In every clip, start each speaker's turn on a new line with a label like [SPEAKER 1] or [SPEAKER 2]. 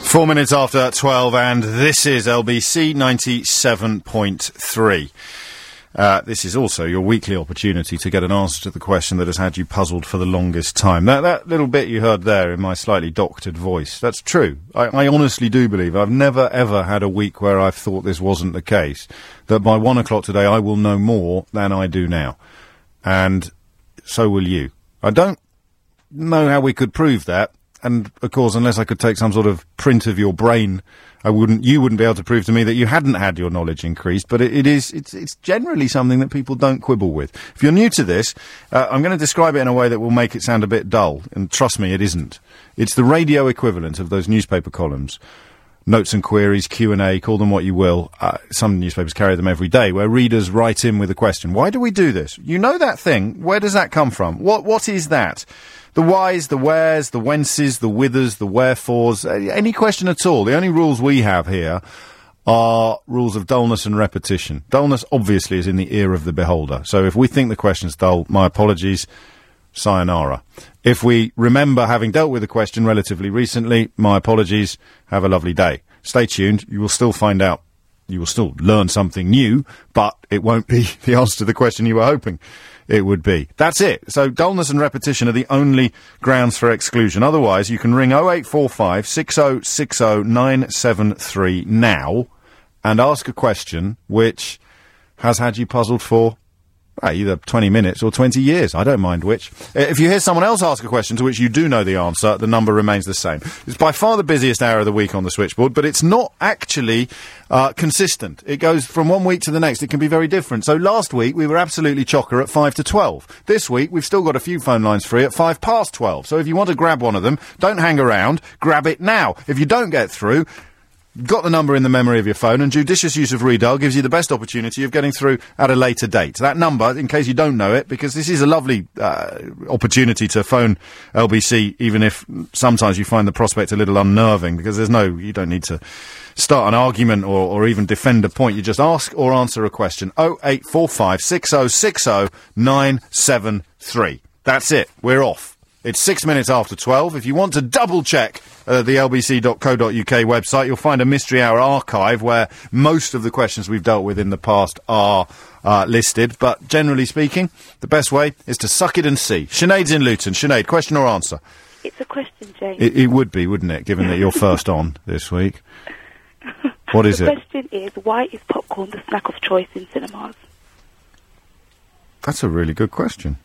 [SPEAKER 1] Four minutes after 12, and this is LBC 97.3. Uh, this is also your weekly opportunity to get an answer to the question that has had you puzzled for the longest time. That, that little bit you heard there in my slightly doctored voice, that's true. I, I honestly do believe I've never ever had a week where I've thought this wasn't the case. That by one o'clock today I will know more than I do now. And so will you. I don't know how we could prove that. And of course, unless I could take some sort of print of your brain, I wouldn't. You wouldn't be able to prove to me that you hadn't had your knowledge increased. But it, it is. It's, it's generally something that people don't quibble with. If you're new to this, uh, I'm going to describe it in a way that will make it sound a bit dull. And trust me, it isn't. It's the radio equivalent of those newspaper columns notes and queries, Q&A, call them what you will. Uh, some newspapers carry them every day, where readers write in with a question. Why do we do this? You know that thing. Where does that come from? What What is that? The whys, the wheres, the whences, the whithers, the wherefores, a- any question at all. The only rules we have here are rules of dullness and repetition. Dullness, obviously, is in the ear of the beholder. So if we think the question's dull, my apologies sayonara. If we remember having dealt with the question relatively recently, my apologies. Have a lovely day. Stay tuned. You will still find out. You will still learn something new, but it won't be the answer to the question you were hoping it would be. That's it. So dullness and repetition are the only grounds for exclusion. Otherwise, you can ring 0845 6060 973 now and ask a question which has had you puzzled for well, either 20 minutes or 20 years. I don't mind which. Uh, If you hear someone else ask a question to which you do know the answer, the number remains the same. It's by far the busiest hour of the week on the switchboard, but it's not actually uh, consistent. It goes from one week to the next. It can be very different. So last week we were absolutely chocker at 5 to 12. This week we've still got a few phone lines free at 5 past 12. So if you want to grab one of them, don't hang around. Grab it now. If you don't get through, got the number in the memory of your phone, and judicious use of redial gives you the best opportunity of getting through at a later date. That number, in case you don't know it, because this is a lovely uh, opportunity to phone LBC, even if sometimes you find the prospect a little unnerving, because there's no, you don't need to start an argument or, or even defend a point. You just ask or answer a question. 0845 6060 973. That's it. We're off. It's six minutes after 12. If you want to double check uh, the lbc.co.uk website, you'll find a Mystery Hour archive where most of the questions we've dealt with in the past are uh, listed. But generally speaking, the best way is to suck it and see. Sinead's in Luton. Sinead, question or answer?
[SPEAKER 2] It's a question, James.
[SPEAKER 1] It, it would be, wouldn't it, given that you're first on this week? What is
[SPEAKER 2] the
[SPEAKER 1] it?
[SPEAKER 2] question is, why is popcorn the snack of choice in cinemas?
[SPEAKER 1] That's a really good question.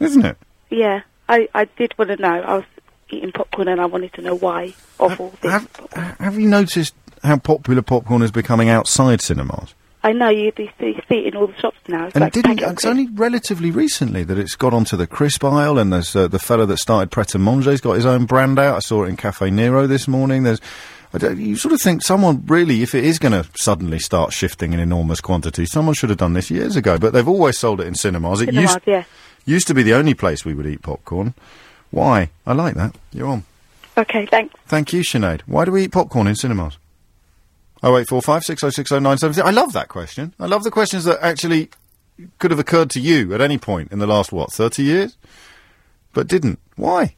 [SPEAKER 1] Isn't it?
[SPEAKER 2] Yeah, I, I did want to know. I was eating popcorn and I wanted to know why, of all things.
[SPEAKER 1] Have, have you noticed how popular popcorn is becoming outside cinemas?
[SPEAKER 2] I know you do see, see it in all the shops now. It's
[SPEAKER 1] And
[SPEAKER 2] like
[SPEAKER 1] didn't,
[SPEAKER 2] packet
[SPEAKER 1] it's
[SPEAKER 2] crisp.
[SPEAKER 1] only relatively recently that it's got onto the crisp aisle, and there's uh, the fella that started Pret a Manger's got his own brand out. I saw it in Cafe Nero this morning. There's, I don't, you sort of think someone really, if it is going to suddenly start shifting in enormous quantities, someone should have done this years ago. But they've always sold it in cinemas. It
[SPEAKER 2] Cinemas,
[SPEAKER 1] used,
[SPEAKER 2] yeah.
[SPEAKER 1] used to be the only place we would eat popcorn. Why? I like that. You're on.
[SPEAKER 2] Okay, thanks.
[SPEAKER 1] Thank you, Sinead. Why do we eat popcorn in cinemas? Oh, 0845 6060 970. I love that question. I love the questions that actually could have occurred to you at any point in the last, what, 30 years? But didn't. Why?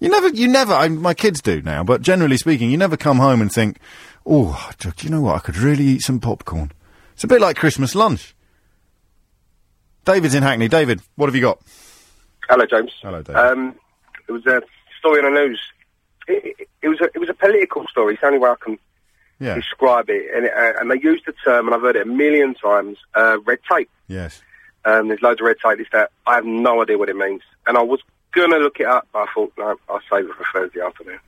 [SPEAKER 1] You never, you never, I, my kids do now, but generally speaking, you never come home and think, oh, do you know what? I could really eat some popcorn. It's a bit like Christmas lunch. David's in Hackney. David, what have you got?
[SPEAKER 3] Hello, James.
[SPEAKER 1] Hello, David.
[SPEAKER 3] Um, it was a story on the news. It, it, it was a, it was a political story. It's the only way I can
[SPEAKER 1] Yeah.
[SPEAKER 3] describe it. And, it, uh, and they used the term, and I've heard it a million times, uh, red tape.
[SPEAKER 1] Yes.
[SPEAKER 3] Um, there's loads of red tape. This that I have no idea what it means. And I was gonna look it up, but I thought no, I'll save it for Thursday afternoon.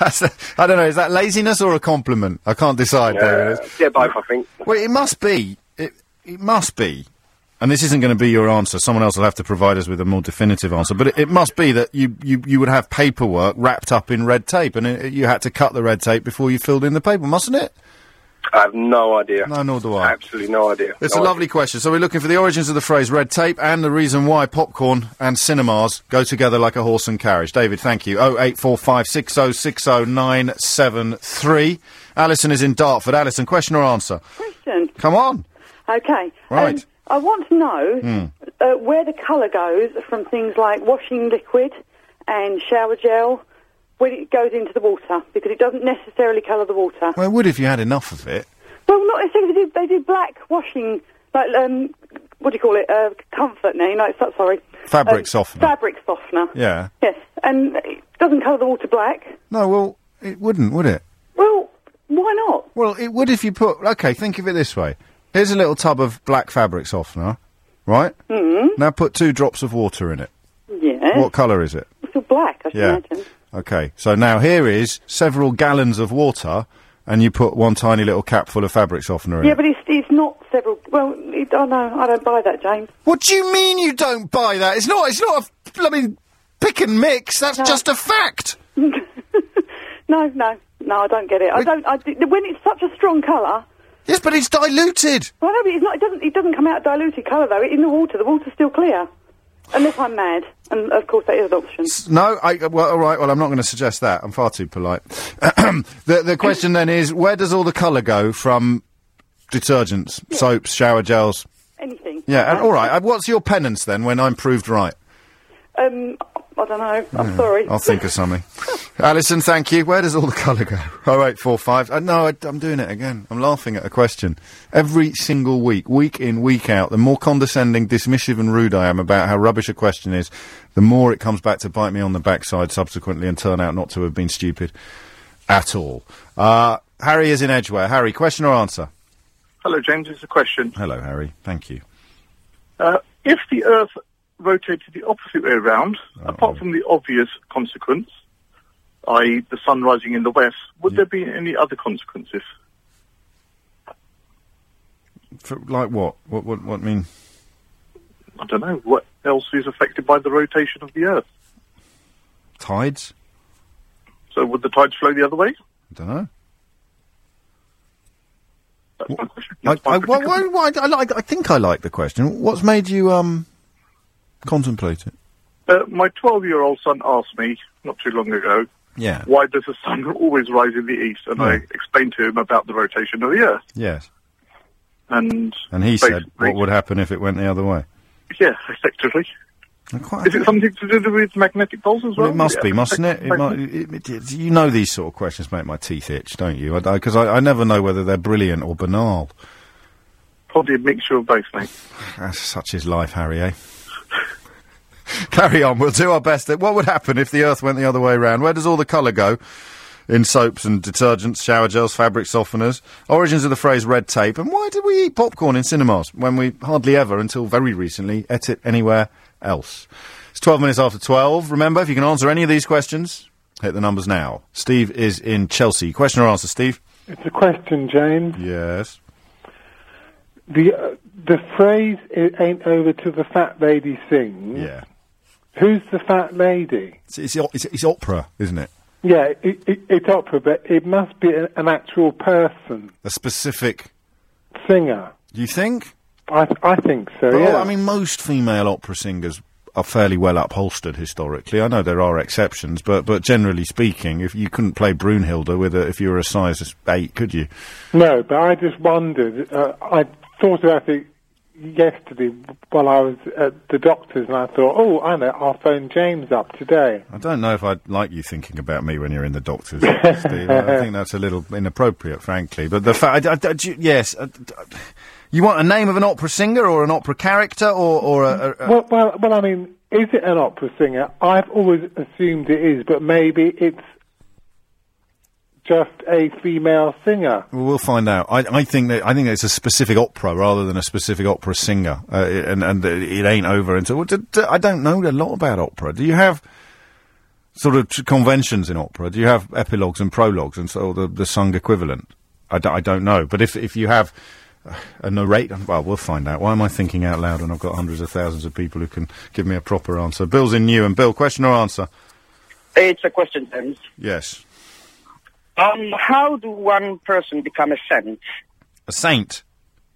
[SPEAKER 1] That's, I don't know, is that laziness or a compliment? I can't decide, David.
[SPEAKER 3] Uh, yeah, both. I think.
[SPEAKER 1] Well, it must be. It, it must be. And this isn't going to be your answer. Someone else will have to provide us with a more definitive answer. But it, it must be that you, you, you would have paperwork wrapped up in red tape, and it, you had to cut the red tape before you filled in the paper, mustn't it?
[SPEAKER 3] I have no idea.
[SPEAKER 1] No, nor do I.
[SPEAKER 3] Absolutely no idea.
[SPEAKER 1] It's
[SPEAKER 3] No
[SPEAKER 1] a lovely
[SPEAKER 3] idea.
[SPEAKER 1] question. So we're looking for the origins of the phrase red tape and the reason why popcorn and cinemas go together like a horse and carriage. David, thank you. Oh, 0845 6060 973. Alison is in Dartford. Alison, question or answer?
[SPEAKER 4] Question.
[SPEAKER 1] Come on. Hmm.
[SPEAKER 4] Okay. um,
[SPEAKER 1] Right.
[SPEAKER 4] I want to know uh, where the colour goes from things like washing liquid and shower gel when it goes into the water because it doesn't necessarily colour the water.
[SPEAKER 1] Well, it would if you had enough of it.
[SPEAKER 4] Well, not necessarily. They did, they did black washing, like um, what do you call it? Uh, comfort now, you know. It's not sorry.
[SPEAKER 1] Fabric
[SPEAKER 4] Um,
[SPEAKER 1] softener.
[SPEAKER 4] Fabric softener.
[SPEAKER 1] Yeah.
[SPEAKER 4] Yes, and it doesn't colour the water black.
[SPEAKER 1] No, well, it wouldn't, would it?
[SPEAKER 4] Well, why not?
[SPEAKER 1] Well, it would if you put. Okay, think of it this way. Here's a little tub of black fabric softener, right?
[SPEAKER 4] Hmm,
[SPEAKER 1] Mm. Now put two drops of water in it.
[SPEAKER 4] Yeah,
[SPEAKER 1] What colour is it?
[SPEAKER 4] it's all black. Eh? I should
[SPEAKER 1] Yeah.
[SPEAKER 4] imagine.
[SPEAKER 1] Okay, so now here is several gallons of water, and you put one tiny little capful of fabric softener in.
[SPEAKER 4] Yeah,
[SPEAKER 1] it.
[SPEAKER 4] but it's, it's not several. Well, it, I know I don't buy that, James.
[SPEAKER 1] What do you mean you don't buy that? It's not. It's not a blooming pick and mix. That's just a fact.
[SPEAKER 4] No, no, no, I don't get it. I
[SPEAKER 1] Wait.
[SPEAKER 4] don't. I, d- when it's such a strong colour,
[SPEAKER 1] Yes, but it's diluted.
[SPEAKER 4] well, no, but it's not. It doesn't. It doesn't come out diluted colour though. In the water, the water's still clear, unless I'm mad. And of course, that is an option.
[SPEAKER 1] No, I, well, all right. Well, I'm not going to suggest that. I'm far too polite. the the question then is, where does all the colour go from detergents, soaps, shower gels?
[SPEAKER 4] Anything.
[SPEAKER 1] Yeah, and all right. uh, What's your penance then when I'm proved right?
[SPEAKER 4] Um, I don't know. I'm sorry.
[SPEAKER 1] Hmm. I'll think of something. Alison, thank you. Where does all the colour go? All right, four, five. Uh, no, I, I'm doing it again. I'm laughing at a question. Every single week, week in, week out, the more condescending, dismissive, and rude I am about how rubbish a question is, the more it comes back to bite me on the backside subsequently and turn out not to have been stupid at all. Uh, Harry is in Edgware. Harry, question or answer?
[SPEAKER 5] Hello, James. It's a question.
[SPEAKER 1] Hello, Harry. Thank you.
[SPEAKER 5] Uh, if the Earth rotated the opposite way around,
[SPEAKER 1] Oh.
[SPEAKER 5] apart from the obvious consequence, i.e., the sun rising in the west, would there be any other consequences?
[SPEAKER 1] For, like what? What? What? What mean?
[SPEAKER 5] I don't know. What else is affected by the rotation of the Earth?
[SPEAKER 1] Tides?
[SPEAKER 5] So would the tides flow the other way?
[SPEAKER 1] I don't know.
[SPEAKER 5] That's my question.
[SPEAKER 1] I,
[SPEAKER 5] That's my
[SPEAKER 1] I, why,
[SPEAKER 5] particular-
[SPEAKER 1] why, why, I, like, I think I like the question. What's made you um, contemplate it?
[SPEAKER 5] Uh, my 12-year-old son asked me not too long ago,
[SPEAKER 1] Yeah.
[SPEAKER 5] why does the sun always rise in the east? And I
[SPEAKER 1] Hmm.
[SPEAKER 5] explained to him about the rotation of the Earth.
[SPEAKER 1] Yes.
[SPEAKER 5] And,
[SPEAKER 1] And he said,
[SPEAKER 5] basically-
[SPEAKER 1] what would happen if it went the other way?
[SPEAKER 5] Yeah, effectively.
[SPEAKER 1] And quite-
[SPEAKER 5] Is it something to do with magnetic poles as well?
[SPEAKER 1] Well, it must
[SPEAKER 5] Yeah.
[SPEAKER 1] be, mustn't it? it, might, it, it- it- you know these sort of questions make my teeth itch, don't you? Because I, 'cause I, I never know whether they're brilliant or banal.
[SPEAKER 5] Probably a mixture of both, mate.
[SPEAKER 1] Ah, Such is life, Harry, eh? Carry on, we'll do our best. What would happen if the Earth went the other way round? Where does all the colour go? In soaps and detergents, shower gels, fabric softeners. Origins of the phrase red tape. And why did we eat popcorn in cinemas when we hardly ever, until very recently, ate it anywhere else? It's 12 minutes after 12. Remember, if you can answer any of these questions, hit the numbers now. Steve is in Chelsea. Question or answer, Steve?
[SPEAKER 6] It's a question, James.
[SPEAKER 1] Yes.
[SPEAKER 6] The uh, the phrase "it ain't over till the fat lady sings."
[SPEAKER 1] Yeah.
[SPEAKER 6] Who's the fat lady?
[SPEAKER 1] It's, it's, it's, it's opera, isn't it?
[SPEAKER 6] Yeah, it, it, it's opera, but it must be an, an actual person
[SPEAKER 1] A specific.
[SPEAKER 6] singer.
[SPEAKER 1] You think?
[SPEAKER 6] I I think so.
[SPEAKER 1] But oh, all-
[SPEAKER 6] yeah.
[SPEAKER 1] I mean, most female opera singers are fairly well upholstered historically. I know there are exceptions, but but generally speaking, if you couldn't play Brunhilde with a, if you were a size eight, could you?
[SPEAKER 6] no, but I just wondered. Uh, I thought about it yesterday while I was at the doctor's, and I thought, oh, I know, I'll phone James up today.
[SPEAKER 1] I don't know if I'd like you thinking about me when you're in the doctor's, Steve. I I think that's a little inappropriate, frankly. But the fact, I, I- I- do you- yes, I- I- you want a name of an opera singer or an opera character or or a, a, a
[SPEAKER 6] Well, well, well. I mean, is it an opera singer? I've always assumed it is, but maybe it's just a female singer.
[SPEAKER 1] Well, we'll find out. I, I think that I think it's a specific opera rather than a specific opera singer, uh, and and it ain't over until. Well, d- d- I don't know a lot about opera. Do you have sort of t- conventions in opera? Do you have epilogues and prologues and so the the sung equivalent? I, d- I don't know, but if if you have uh, a narrator, well, we'll find out. Why am I thinking out loud when I've got hundreds of thousands of people who can give me a proper answer? Bill's in New, and Bill, question or answer?
[SPEAKER 7] It's a question, James.
[SPEAKER 1] Yes,
[SPEAKER 7] Um, how do one person become a saint?
[SPEAKER 1] a saint,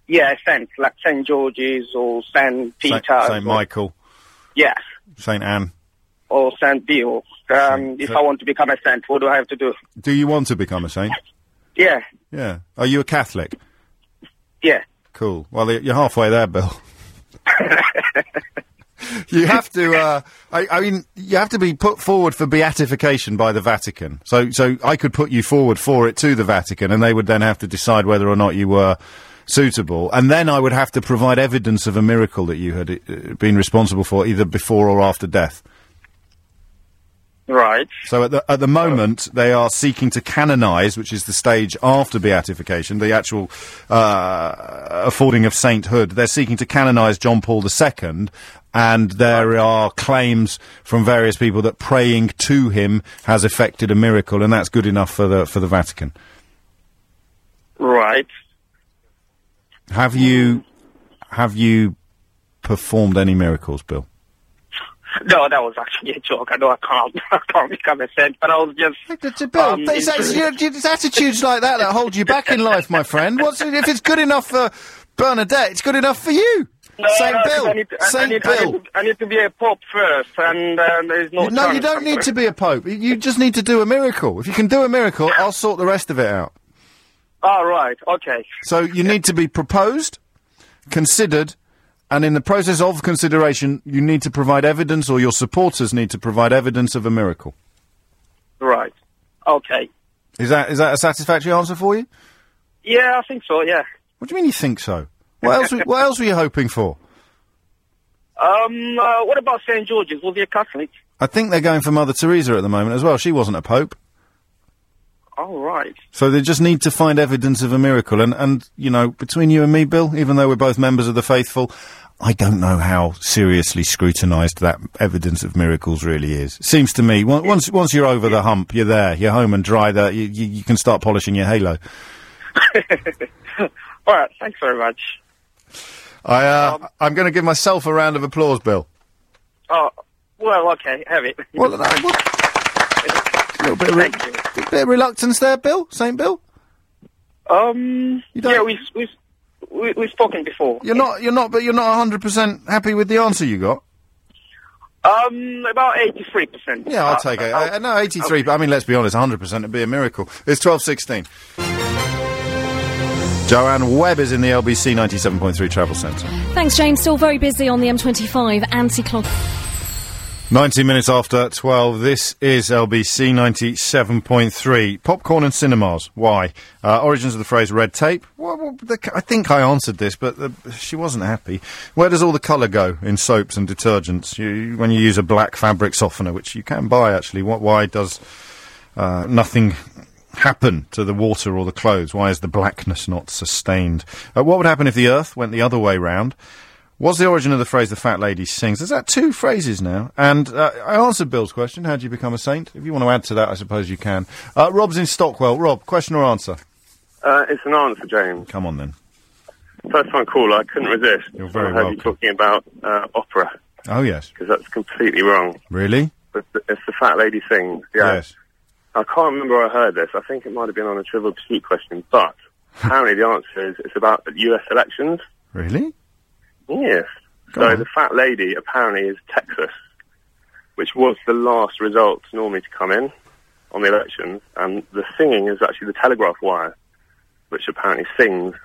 [SPEAKER 7] Yeah, a saint, like St. George's or St. Peter.
[SPEAKER 1] Saint, Saint Michael,
[SPEAKER 7] Yeah,
[SPEAKER 1] Saint Anne.
[SPEAKER 7] or St. Bill. Um,
[SPEAKER 1] Saint-
[SPEAKER 7] if I want to become a saint, what do I have to do?
[SPEAKER 1] Do you want to become a saint?
[SPEAKER 7] Yeah,
[SPEAKER 1] Yeah. Are you a Catholic?
[SPEAKER 7] yeah.
[SPEAKER 1] Cool. Well, y- you're halfway there, Bill. you have to. Uh, I, I mean, you have to be put forward for beatification by the Vatican. So, so I could put you forward for it to the Vatican, and they would then have to decide whether or not you were suitable, and then I would have to provide evidence of a miracle that you had uh, been responsible for, either before or after death.
[SPEAKER 7] Right.
[SPEAKER 1] So at the at the moment they are seeking to canonize, which is the stage after beatification, the actual uh, affording of sainthood. They're seeking to canonize John Paul II, and there are claims from various people that praying to him has effected a miracle, and that's good enough for the for the Vatican.
[SPEAKER 7] Right.
[SPEAKER 1] Have you have you performed any miracles, Bill?
[SPEAKER 7] No, that was actually a joke. I know I can't, I can't become a saint, but I was just.
[SPEAKER 1] Bill,
[SPEAKER 7] um,
[SPEAKER 1] but it's, it's, you know, it's attitudes like that that hold you back in life, my friend. What's if it's good enough for Bernadette, it's good enough for you.
[SPEAKER 7] No,
[SPEAKER 1] Saint
[SPEAKER 7] no, 'cause
[SPEAKER 1] Bill,
[SPEAKER 7] I need, to- I- I
[SPEAKER 1] Saint
[SPEAKER 7] need- I
[SPEAKER 1] Bill.
[SPEAKER 7] need to- I need to be a pope first, and uh, there's
[SPEAKER 1] No,
[SPEAKER 7] no.
[SPEAKER 1] you
[SPEAKER 7] chance.
[SPEAKER 1] don't need to be a pope. You- You just need to do a miracle. If you can do a miracle, I'll sort the rest of it out.
[SPEAKER 7] All right. Okay.
[SPEAKER 1] So you need to be proposed, considered, and in the process of consideration, you need to provide evidence, or your supporters need to provide evidence of a miracle.
[SPEAKER 7] Right. Okay.
[SPEAKER 1] Is that is that a satisfactory answer for you?
[SPEAKER 7] Yeah, I think so. Yeah.
[SPEAKER 1] What do you mean you think so? What else? were- what else were you hoping for?
[SPEAKER 7] Um. Uh, what about Saint George's? Was he a Catholic?
[SPEAKER 1] I think they're going for Mother Teresa at the moment as well. She wasn't a pope.
[SPEAKER 7] All right.
[SPEAKER 1] So they just need to find evidence of a miracle. And, and, you know, between you and me, Bill, even though we're both members of the faithful, I don't know how seriously scrutinised that evidence of miracles really is. Seems to me, on- once, once you're over the hump, you're there, you're home and dry, there, you, you, you can start polishing your halo.
[SPEAKER 7] All right. Thanks very much.
[SPEAKER 1] I, uh, I'm going to give myself a round of applause, Bill.
[SPEAKER 7] Oh. Well. Okay. Have it.
[SPEAKER 1] Well, no, what- a little bit of, re-
[SPEAKER 7] Thank you.
[SPEAKER 1] bit of reluctance there, Bill, St. Bill.
[SPEAKER 7] Um.
[SPEAKER 1] don't-
[SPEAKER 7] Yeah. We we we we've spoken before.
[SPEAKER 1] You're not, you're not, but you're not 100% happy with the answer you got.
[SPEAKER 7] Um. About eighty-three percent.
[SPEAKER 1] Yeah, I'll take it. Uh, no, 83, but I mean, let's be honest, 100% would be a miracle. It's 12.16. Joanne Webb is in the LBC 97.3 Travel Centre.
[SPEAKER 8] Thanks, James. Still very busy on the M25 anti-clock.
[SPEAKER 1] 19 minutes after 12, this is LBC 97.3. Popcorn and cinemas. Why? Uh, origins of the phrase red tape. Well, well, the, c- I think I answered this, but the, she wasn't happy. Where does all the colour go in soaps and detergents? You- You, when you use a black fabric softener, which you can buy actually, what, why does uh, nothing happen to the water or the clothes? Why is the blackness not sustained? Uh, what would happen if the earth went the other way round? What's the origin of the phrase "the fat lady sings"? There's that two phrases now, and uh, I answered Bill's question. How do you become a saint? If you want to add to that, I suppose you can. Uh, Rob's in Stockwell. Rob, question or answer?
[SPEAKER 9] Uh, it's an answer, James.
[SPEAKER 1] Come on then.
[SPEAKER 9] First one call, I couldn't resist.
[SPEAKER 1] You're very
[SPEAKER 9] I heard
[SPEAKER 1] welcome.
[SPEAKER 9] you talking about uh, opera,
[SPEAKER 1] Oh yes,
[SPEAKER 9] because that's completely wrong.
[SPEAKER 1] really?
[SPEAKER 9] But th- it's the fat lady sings. Yeah.
[SPEAKER 1] Yes.
[SPEAKER 9] I can't remember where I heard this. I think it might have been on a trivial pursuit question, but apparently the answer is it's about US elections.
[SPEAKER 1] Really?
[SPEAKER 9] Yes.
[SPEAKER 1] Go
[SPEAKER 9] so
[SPEAKER 1] on.
[SPEAKER 9] the fat lady apparently is Texas, which was the last result normally to come in on the elections, and the singing is actually the telegraph wire, which apparently sings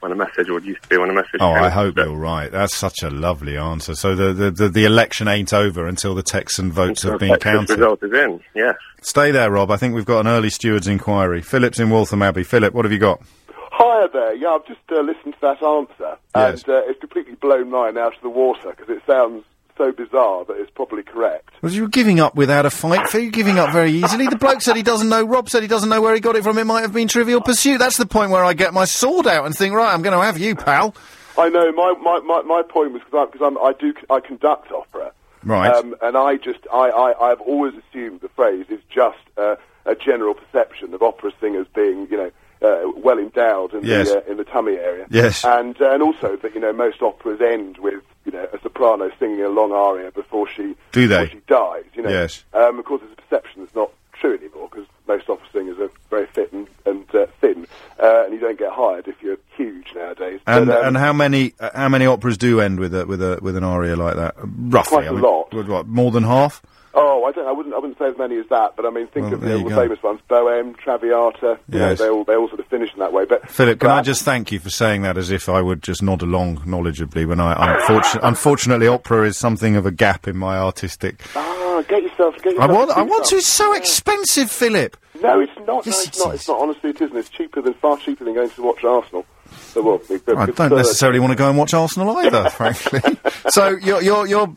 [SPEAKER 9] when a message, or it used to be when a message.
[SPEAKER 1] Oh,
[SPEAKER 9] came
[SPEAKER 1] I
[SPEAKER 9] in.
[SPEAKER 1] hope
[SPEAKER 9] But-
[SPEAKER 1] you're right. That's such a lovely answer. So the the, the, the election ain't over until the Texan votes
[SPEAKER 9] So
[SPEAKER 1] have been
[SPEAKER 9] Texas
[SPEAKER 1] counted.
[SPEAKER 9] result is in. Yes.
[SPEAKER 1] Stay there, Rob. I think we've got an early steward's inquiry. Philip's in Waltham Abbey. Philip, what have you got?
[SPEAKER 10] Hi there. Yeah, I've just uh, listened to that answer,
[SPEAKER 1] Yes.
[SPEAKER 10] and uh, it's completely blown mine out of the water because it sounds so bizarre that it's probably correct.
[SPEAKER 1] Was you giving up without a fight? Phil? you giving up very easily? The bloke said he doesn't know. Rob said he doesn't know where he got it from. It might have been Trivial Pursuit. That's the point where I get my sword out and think, right, I'm going to have you, pal.
[SPEAKER 10] I know. My my, my, my point was because I'm, I do I conduct opera,
[SPEAKER 1] Right.
[SPEAKER 10] Um, and I just I, I I've always assumed the phrase is just uh, a general perception of opera singers being you know. Uh, well endowed in
[SPEAKER 1] Yes.
[SPEAKER 10] the uh, in the tummy area,
[SPEAKER 1] Yes.
[SPEAKER 10] and uh, and also that you know most operas end with you know a soprano singing a long aria before she
[SPEAKER 1] Do
[SPEAKER 10] before
[SPEAKER 1] they?
[SPEAKER 10] she dies, you know.
[SPEAKER 1] Yes.
[SPEAKER 10] Um, of course, it's a perception that's not true anymore because most opera singers are very fit and, and uh, thin, uh, and you don't get hired if you're huge nowadays.
[SPEAKER 1] And
[SPEAKER 10] But, um,
[SPEAKER 1] and how many uh, how many operas do end with a with a with an aria like that? Roughly,
[SPEAKER 10] Quite a lot.
[SPEAKER 1] What, what, more than half?
[SPEAKER 10] Oh, I don't. I wouldn't. I wouldn't say as many as that, but I mean, think
[SPEAKER 1] Well,
[SPEAKER 10] of the,
[SPEAKER 1] there you
[SPEAKER 10] all the
[SPEAKER 1] go.
[SPEAKER 10] famous ones: Bohem, Traviata. You know,
[SPEAKER 1] Yes.
[SPEAKER 10] they all they all sort of finish in that way. But
[SPEAKER 1] Philip, can I just thank you for saying that as if I would just nod along knowledgeably when I, unfortunately, unfortunately, opera is something of a gap in my artistic.
[SPEAKER 10] ah, get yourself. Get
[SPEAKER 1] I
[SPEAKER 10] yourself
[SPEAKER 1] want,
[SPEAKER 10] a
[SPEAKER 1] I want to.
[SPEAKER 10] two-star.
[SPEAKER 1] It's so expensive, Philip.
[SPEAKER 10] No, it's not.
[SPEAKER 1] Yes,
[SPEAKER 10] no, it's not. It's not. Honestly, it isn't. It's cheaper than far cheaper than going to watch Arsenal. So well, we- we-
[SPEAKER 1] I
[SPEAKER 10] we-
[SPEAKER 1] don't
[SPEAKER 10] third.
[SPEAKER 1] necessarily want to go and watch Arsenal either, frankly. So you're, you're, you're,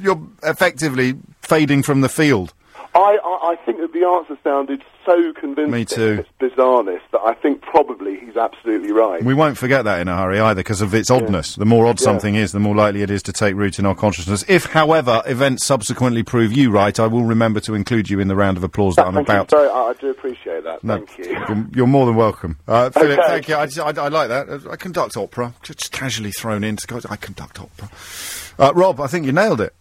[SPEAKER 1] you're effectively fading from the field.
[SPEAKER 10] I, I, I think that the answer sounded so convincing.
[SPEAKER 1] Me too.
[SPEAKER 10] It's bizarreness that I think probably he's absolutely right.
[SPEAKER 1] We won't forget that in a hurry either because of its oddness. The more odd
[SPEAKER 10] Yeah.
[SPEAKER 1] something is, the more likely it is to take root in our consciousness. If, however, events subsequently prove you right, I will remember to include you in the round of applause that I'm
[SPEAKER 10] Thank
[SPEAKER 1] about
[SPEAKER 10] you very. I, I do appreciate that.
[SPEAKER 1] No,
[SPEAKER 10] Thank you.
[SPEAKER 1] You're, you're more than welcome. Uh, Philip,
[SPEAKER 10] Okay.
[SPEAKER 1] thank you. I, just- I, I like that. Uh, I conduct opera. Just casually thrown in. to go- I conduct opera. Uh, Rob, I think you nailed it.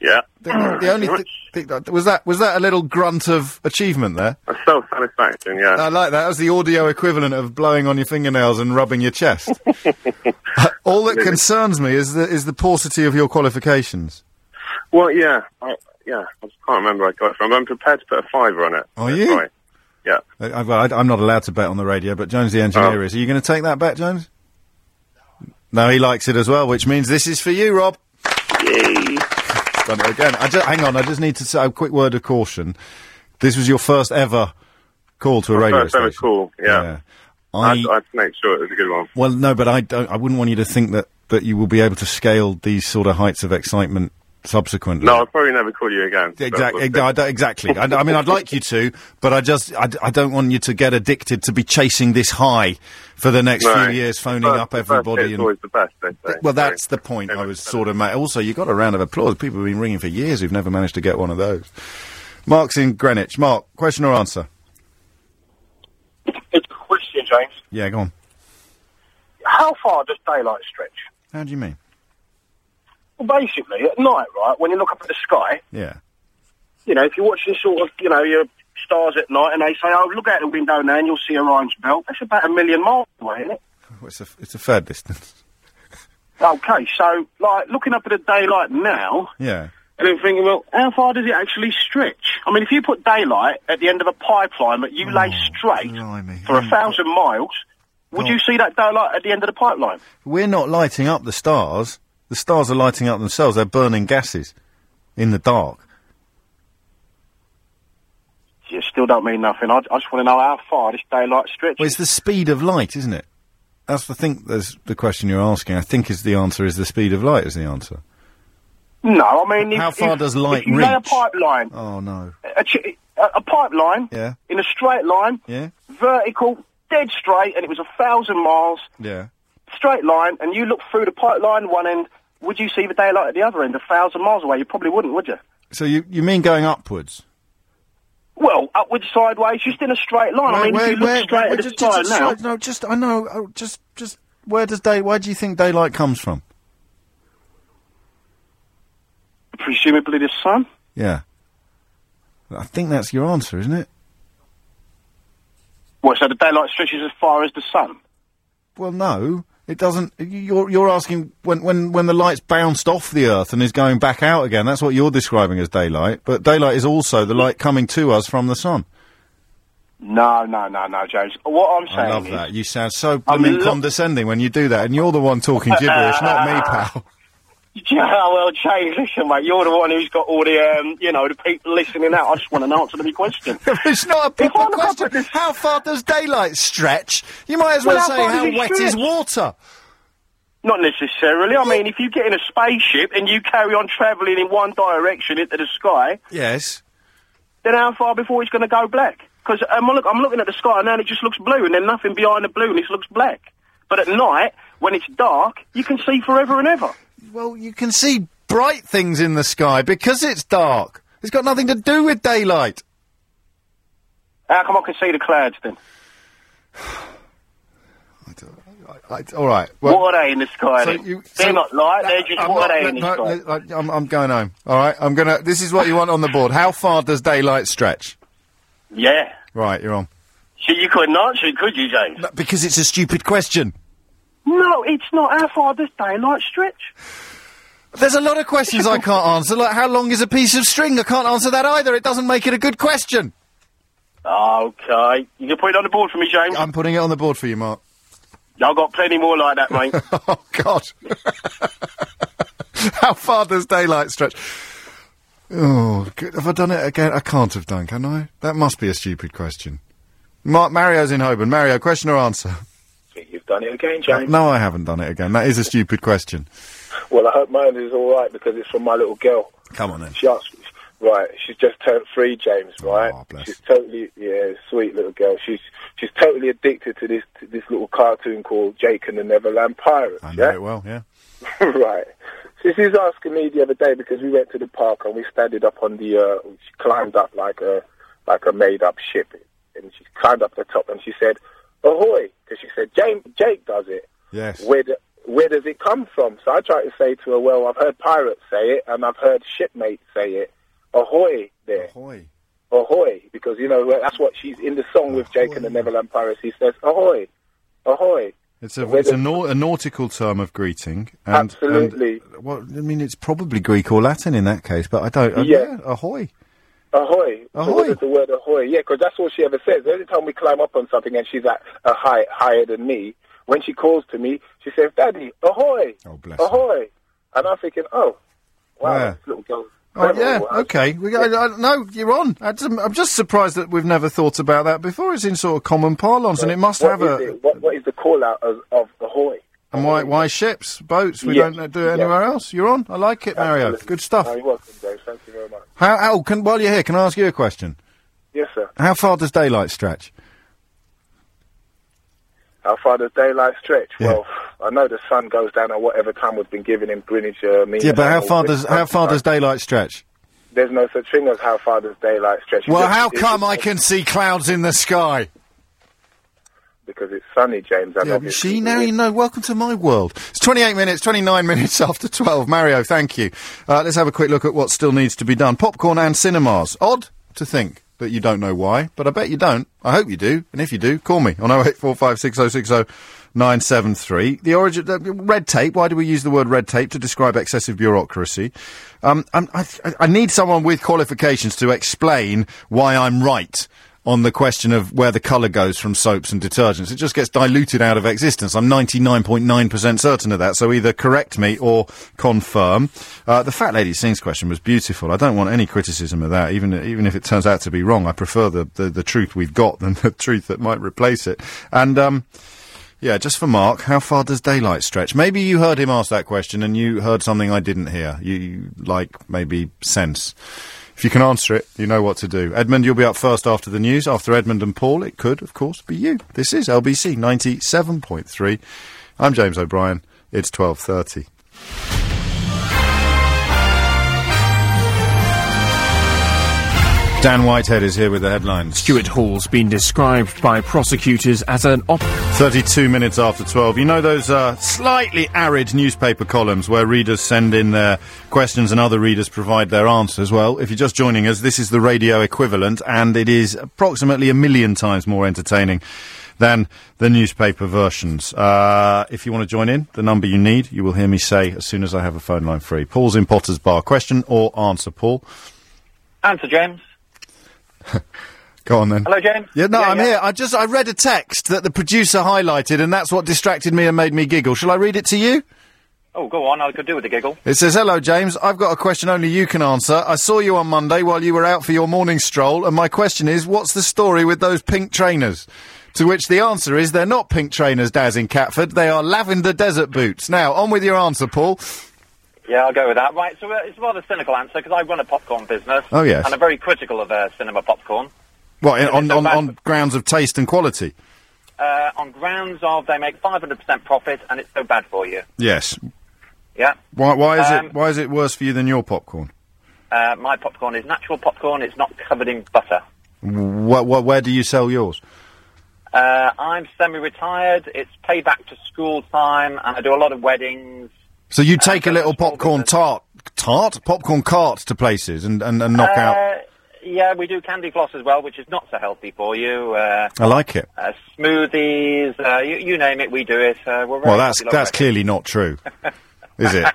[SPEAKER 9] Yeah.
[SPEAKER 1] The, the only thi- thi- that- was that was that a little grunt of achievement there.
[SPEAKER 9] That's self satisfaction, yeah.
[SPEAKER 1] I like that. That was the audio equivalent of blowing on your fingernails and rubbing your chest. Uh, all that concerns me is the is the paucity of your qualifications.
[SPEAKER 9] Well, yeah, I, yeah. I just can't remember where I got it from. I'm prepared to put a fiver on it.
[SPEAKER 1] Are
[SPEAKER 9] That's
[SPEAKER 1] you?
[SPEAKER 9] Right. Yeah.
[SPEAKER 1] I, I, well, I- I'm not allowed to bet on the radio, but Jones the engineer
[SPEAKER 9] Oh.
[SPEAKER 1] is. Are you going to take that bet, Jones? No, he likes it as well, which means this is for you, Rob.
[SPEAKER 9] Yay.
[SPEAKER 1] Done it again. I ju- hang on, I just need to say a quick word of caution. This was your first ever call to a radio
[SPEAKER 9] First ever
[SPEAKER 1] station.
[SPEAKER 9] call. Yeah. I, I
[SPEAKER 1] I,
[SPEAKER 9] had to make sure it was a good one.
[SPEAKER 1] well, no, but I don't. I wouldn't want you to think that that you will be able to scale these sort of heights of excitement subsequently.
[SPEAKER 9] No, I'll probably never call you again. but
[SPEAKER 1] Exactly.
[SPEAKER 9] we'll see.
[SPEAKER 1] eh, I don't- exactly. I, I mean, I'd like you to, but I just, I, d- I don't want you to get addicted to be chasing this high for the next
[SPEAKER 9] No.
[SPEAKER 1] few years, phoning
[SPEAKER 9] First-
[SPEAKER 1] up
[SPEAKER 9] first
[SPEAKER 1] everybody.
[SPEAKER 9] hit's
[SPEAKER 1] And,
[SPEAKER 9] always the best, they say.
[SPEAKER 1] well, that's the point I was sort of making. Also, you got a round of applause. People have been ringing for years who've never managed to get one of those. Mark's in Greenwich. Mark, question or answer?
[SPEAKER 11] It's a question, James.
[SPEAKER 1] Yeah, go on.
[SPEAKER 11] How far does daylight stretch?
[SPEAKER 1] How do you mean?
[SPEAKER 11] Well, basically, at night, right, when you look up at the sky,
[SPEAKER 1] Yeah.
[SPEAKER 11] you know, if you're watching sort of, you know, your stars at night and they say, oh, look out the window now and you'll see Orion's belt, that's about a million miles away, isn't it?
[SPEAKER 1] Well, it's, a, it's a fair distance.
[SPEAKER 11] Okay, so, like, looking up at the daylight now
[SPEAKER 1] Yeah.
[SPEAKER 11] and then thinking, well, how far does it actually stretch? I mean, if you put daylight at the end of a pipeline that you lay
[SPEAKER 1] Oh,
[SPEAKER 11] straight for
[SPEAKER 1] Mm.
[SPEAKER 11] a thousand miles, would you see that daylight at the end of the pipeline?
[SPEAKER 1] We're not lighting up the stars. The stars are lighting up themselves. They're burning gases in the dark.
[SPEAKER 11] You still don't mean nothing. I, I just want to know how far this daylight stretches.
[SPEAKER 1] Well, it's the speed of light, isn't it? That's the thing. There's the question you're asking. I think is the answer is the speed of light is the answer.
[SPEAKER 11] No, I mean, if,
[SPEAKER 1] How far
[SPEAKER 11] if-
[SPEAKER 1] does light
[SPEAKER 11] if you lay a
[SPEAKER 1] reach?
[SPEAKER 11] pipeline,
[SPEAKER 1] Oh no.
[SPEAKER 11] a, ch- a, a pipeline
[SPEAKER 1] Yeah.
[SPEAKER 11] in a straight line,
[SPEAKER 1] Yeah.
[SPEAKER 11] vertical, dead straight, and it was a thousand miles,
[SPEAKER 1] Yeah.
[SPEAKER 11] straight line, and you look through the pipeline one end, would you see the daylight at the other end, a thousand miles away? You probably wouldn't, would you?
[SPEAKER 1] So you you mean going upwards?
[SPEAKER 11] Well, upwards, sideways, just in a straight line. I mean, if you look straight at the
[SPEAKER 1] just,
[SPEAKER 11] sky
[SPEAKER 1] just-
[SPEAKER 11] now,
[SPEAKER 1] just- No, just I know. oh, Just just where does day? Where do you think daylight comes from?
[SPEAKER 11] presumably the sun.
[SPEAKER 1] Yeah. I think that's your answer, isn't it?
[SPEAKER 11] Well, so the daylight stretches as far as the sun.
[SPEAKER 1] Well, no. It doesn't. you- You're you're asking when when when the light's bounced off the Earth and is going back out again. That's what you're describing as daylight. But daylight is also the light coming to us from the sun.
[SPEAKER 11] No, no, no, no, James. What I'm saying
[SPEAKER 1] I love
[SPEAKER 11] is,
[SPEAKER 1] that. You sound so
[SPEAKER 11] I
[SPEAKER 1] blooming
[SPEAKER 11] lo-
[SPEAKER 1] condescending when you do that, and you're the one talking gibberish, not me, pal.
[SPEAKER 11] Yeah, well, James, listen, mate, you're the one who's got all the, um, you know, the people listening out. I just want an answer to my question.
[SPEAKER 1] it's not a people question. How far does daylight stretch? You might as well,
[SPEAKER 11] Well, how
[SPEAKER 1] say
[SPEAKER 11] far does
[SPEAKER 1] how
[SPEAKER 11] it
[SPEAKER 1] wet is
[SPEAKER 11] stretch?
[SPEAKER 1] water.
[SPEAKER 11] Not necessarily. I mean, if you get in a spaceship and you carry on travelling in one direction into the sky,
[SPEAKER 1] Yes.
[SPEAKER 11] then how far before it's going to go black? Because um, I look, I'm looking at the sky now and it just looks blue, and then nothing behind the blue and it looks black. But at night, when it's dark, you can see forever and ever.
[SPEAKER 1] Well, you can see bright things in the sky because it's dark. It's got nothing to do with daylight.
[SPEAKER 11] How come I can see the clouds then?
[SPEAKER 1] I, all right. Well,
[SPEAKER 11] what are they in the sky?
[SPEAKER 1] so
[SPEAKER 11] then?
[SPEAKER 1] you-
[SPEAKER 11] they're
[SPEAKER 1] so-
[SPEAKER 11] not light. They're just
[SPEAKER 1] I'm
[SPEAKER 11] what
[SPEAKER 1] not-
[SPEAKER 11] are they in the
[SPEAKER 1] no,
[SPEAKER 11] sky?
[SPEAKER 1] no, I- I'm, I'm going home. All right. I'm gonna. This is what you want on the board. How far does daylight stretch?
[SPEAKER 11] Yeah.
[SPEAKER 1] Right. You're on.
[SPEAKER 11] So you couldn't answer it, could you, James?
[SPEAKER 1] Because it's a stupid question.
[SPEAKER 11] No, it's not. How far does daylight stretch?
[SPEAKER 1] There's a lot of questions I can't answer. Like, how long is a piece of string? I can't answer that either. It doesn't make it a good question.
[SPEAKER 11] Okay. You can put it on the board for me, James.
[SPEAKER 1] I'm putting it on the board for you, Mark.
[SPEAKER 11] I've got plenty more like that, mate.
[SPEAKER 1] oh, God. how far does daylight stretch? Oh, good. have I done it again? I can't have done, can I? That must be a stupid question. Mark Mario's in Holborn. Mario, question or answer?
[SPEAKER 12] You've done it again, James.
[SPEAKER 1] No, I haven't done it again. That is a stupid question.
[SPEAKER 12] Well, I hope mine is all right because it's from my little girl.
[SPEAKER 1] Come on then.
[SPEAKER 12] She asked, right, she's just turned three, James. Right, she's totally yeah, sweet little girl. She's she's totally addicted to this to this little cartoon called Jake and the Neverland Pirates.
[SPEAKER 1] I know
[SPEAKER 12] yeah,
[SPEAKER 1] it well, yeah.
[SPEAKER 12] right. So she was asking me the other day because we went to the park and we standed up on the uh, she climbed up like a like a made up ship and she climbed up the top and she said, "Ahoy!" because she said James Jake does it.
[SPEAKER 1] Yes.
[SPEAKER 12] where do, where does it come from? So I tried to say to her, well, I've heard pirates say it, and I've heard shipmates say it. Ahoy there.
[SPEAKER 1] Ahoy.
[SPEAKER 12] Ahoy, because, you know, that's what she's in the song with Jake and the Neverland Pirates. He says, ahoy, ahoy.
[SPEAKER 1] It's a
[SPEAKER 12] Where
[SPEAKER 1] it's a,
[SPEAKER 12] does-
[SPEAKER 1] nau- a nautical term of greeting. And,
[SPEAKER 12] Absolutely.
[SPEAKER 1] And, well, I mean, it's probably Greek or Latin in that case, but I don't. uh,
[SPEAKER 12] Yeah.
[SPEAKER 1] ahoy.
[SPEAKER 12] Ahoy. So what is the word ahoy? Yeah, because that's all she ever says. Every time we climb up on something and she's at a height higher than me, when she calls to me, she says, Daddy, ahoy.
[SPEAKER 1] Oh, bless her.
[SPEAKER 12] Ahoy. And I'm thinking, oh, wow,
[SPEAKER 1] Yeah.
[SPEAKER 12] this little girl.
[SPEAKER 1] Oh yeah, okay. We got, I, I- no, you're on. I, am just surprised that we've never thought about that before. It's in sort of common parlance, and it must
[SPEAKER 12] What
[SPEAKER 1] have
[SPEAKER 12] is
[SPEAKER 1] a.
[SPEAKER 12] it? What, what is the call out of, of ahoy?
[SPEAKER 1] And why, why ships, boats? We
[SPEAKER 12] Yeah.
[SPEAKER 1] don't uh, do it anywhere else. You're on. I like it, Mario.
[SPEAKER 12] Absolutely.
[SPEAKER 1] Good stuff.
[SPEAKER 12] Oh, you're welcome, Dave. Thank you very much.
[SPEAKER 1] How, how can while you're here, can I ask you a question?
[SPEAKER 12] Yes, sir.
[SPEAKER 1] How far does daylight stretch?
[SPEAKER 12] How far does daylight stretch?
[SPEAKER 1] Yeah.
[SPEAKER 12] Well, I know the sun goes down at whatever time we've been given in Greenwich. Uh, mean
[SPEAKER 1] Yeah, but how
[SPEAKER 12] time,
[SPEAKER 1] far
[SPEAKER 12] or-
[SPEAKER 1] does how far does daylight stretch?
[SPEAKER 12] There's no such thing as how far does daylight stretch. You
[SPEAKER 1] Well,
[SPEAKER 12] just-
[SPEAKER 1] how
[SPEAKER 12] it's-
[SPEAKER 1] come I can see clouds in the sky?
[SPEAKER 12] Because it's sunny, James. And
[SPEAKER 1] Yeah,
[SPEAKER 12] obviously-
[SPEAKER 1] see, now you know. Welcome to my world. It's 28 minutes, 29 minutes after 12. Mario, thank you. Uh, let's have a quick look at what still needs to be done. Popcorn and cinemas. Odd to think that you don't know why, but I bet you don't. I hope you do. And if you do, call me on 08456060973. The origin, uh, red tape. Why do we use the word red tape to describe excessive bureaucracy? Um, I'm, I, I need someone with qualifications to explain why I'm right on the question of where the colour goes from soaps and detergents. It just gets diluted out of existence. I'm 99.9% certain of that, so either correct me or confirm. Uh, the Fat Lady Sings question was beautiful. I don't want any criticism of that, even, even if it turns out to be wrong. I prefer the, the, the truth we've got than the truth that might replace it. And, um, yeah, just for Mark, how far does daylight stretch? Maybe you heard him ask that question and you heard something I didn't hear. You, you like maybe sense. If you can answer it, you know what to do. Edmund, you'll be up first after the news. After Edmund and Paul, it could, of course, be you. This is LBC 97.3. I'm James O'Brien. It's 12:30. Dan Whitehead is here with the headlines.
[SPEAKER 13] Stuart Hall's been described by prosecutors as an op.
[SPEAKER 1] 32 minutes after 12. You know those uh, slightly arid newspaper columns where readers send in their questions and other readers provide their answers? Well, if you're just joining us, this is the radio equivalent and it is approximately a million times more entertaining than the newspaper versions. Uh, if you want to join in, the number you need, you will hear me say as soon as I have a phone line free. Paul's in Potter's Bar. Question or answer, Paul?
[SPEAKER 7] Answer, James.
[SPEAKER 1] Go on then.
[SPEAKER 7] Hello, James.
[SPEAKER 1] Yeah, no, I'm here. I just I read a text that the producer highlighted, and that's what distracted me and made me giggle. Shall I read it to you?
[SPEAKER 14] Oh, go on. I could do with a giggle.
[SPEAKER 1] It says, "Hello, James. I've got a question only you can answer. I saw you on Monday while you were out for your morning stroll, and my question is, what's the story with those pink trainers?" To which the answer is, they're not pink trainers, Daz in Catford. They are lavender desert boots. Now, on with your answer, Paul.
[SPEAKER 14] Yeah, I'll go with that. Right, so uh, it's a rather cynical answer because I run a popcorn business.
[SPEAKER 1] Oh, yes.
[SPEAKER 14] And I'm very critical of uh, cinema popcorn
[SPEAKER 1] Well, on, on, on grounds of taste and quality.
[SPEAKER 14] uh, on grounds of they make 500% profit and it's so bad for you.
[SPEAKER 1] Yes.
[SPEAKER 14] Yeah.
[SPEAKER 1] Why, why is
[SPEAKER 14] Um,
[SPEAKER 1] it why is it worse for you than your popcorn?
[SPEAKER 14] Uh, my popcorn is natural popcorn. It's not covered in butter.
[SPEAKER 1] Wh- wh- where do you sell yours?
[SPEAKER 14] Uh, I'm semi-retired. It's payback to school time, and I do a lot of weddings.
[SPEAKER 1] So you take a little popcorn tart, tart, popcorn cart to places and, and, and knock out.
[SPEAKER 14] Uh, yeah, we do candy floss as well, which is not so healthy for you. Uh,
[SPEAKER 1] I like it.
[SPEAKER 14] uh, smoothies, uh, you, you name it, we do it. Uh, we're very
[SPEAKER 1] Well, that's that's
[SPEAKER 14] popular weddings.
[SPEAKER 1] clearly not true, is it?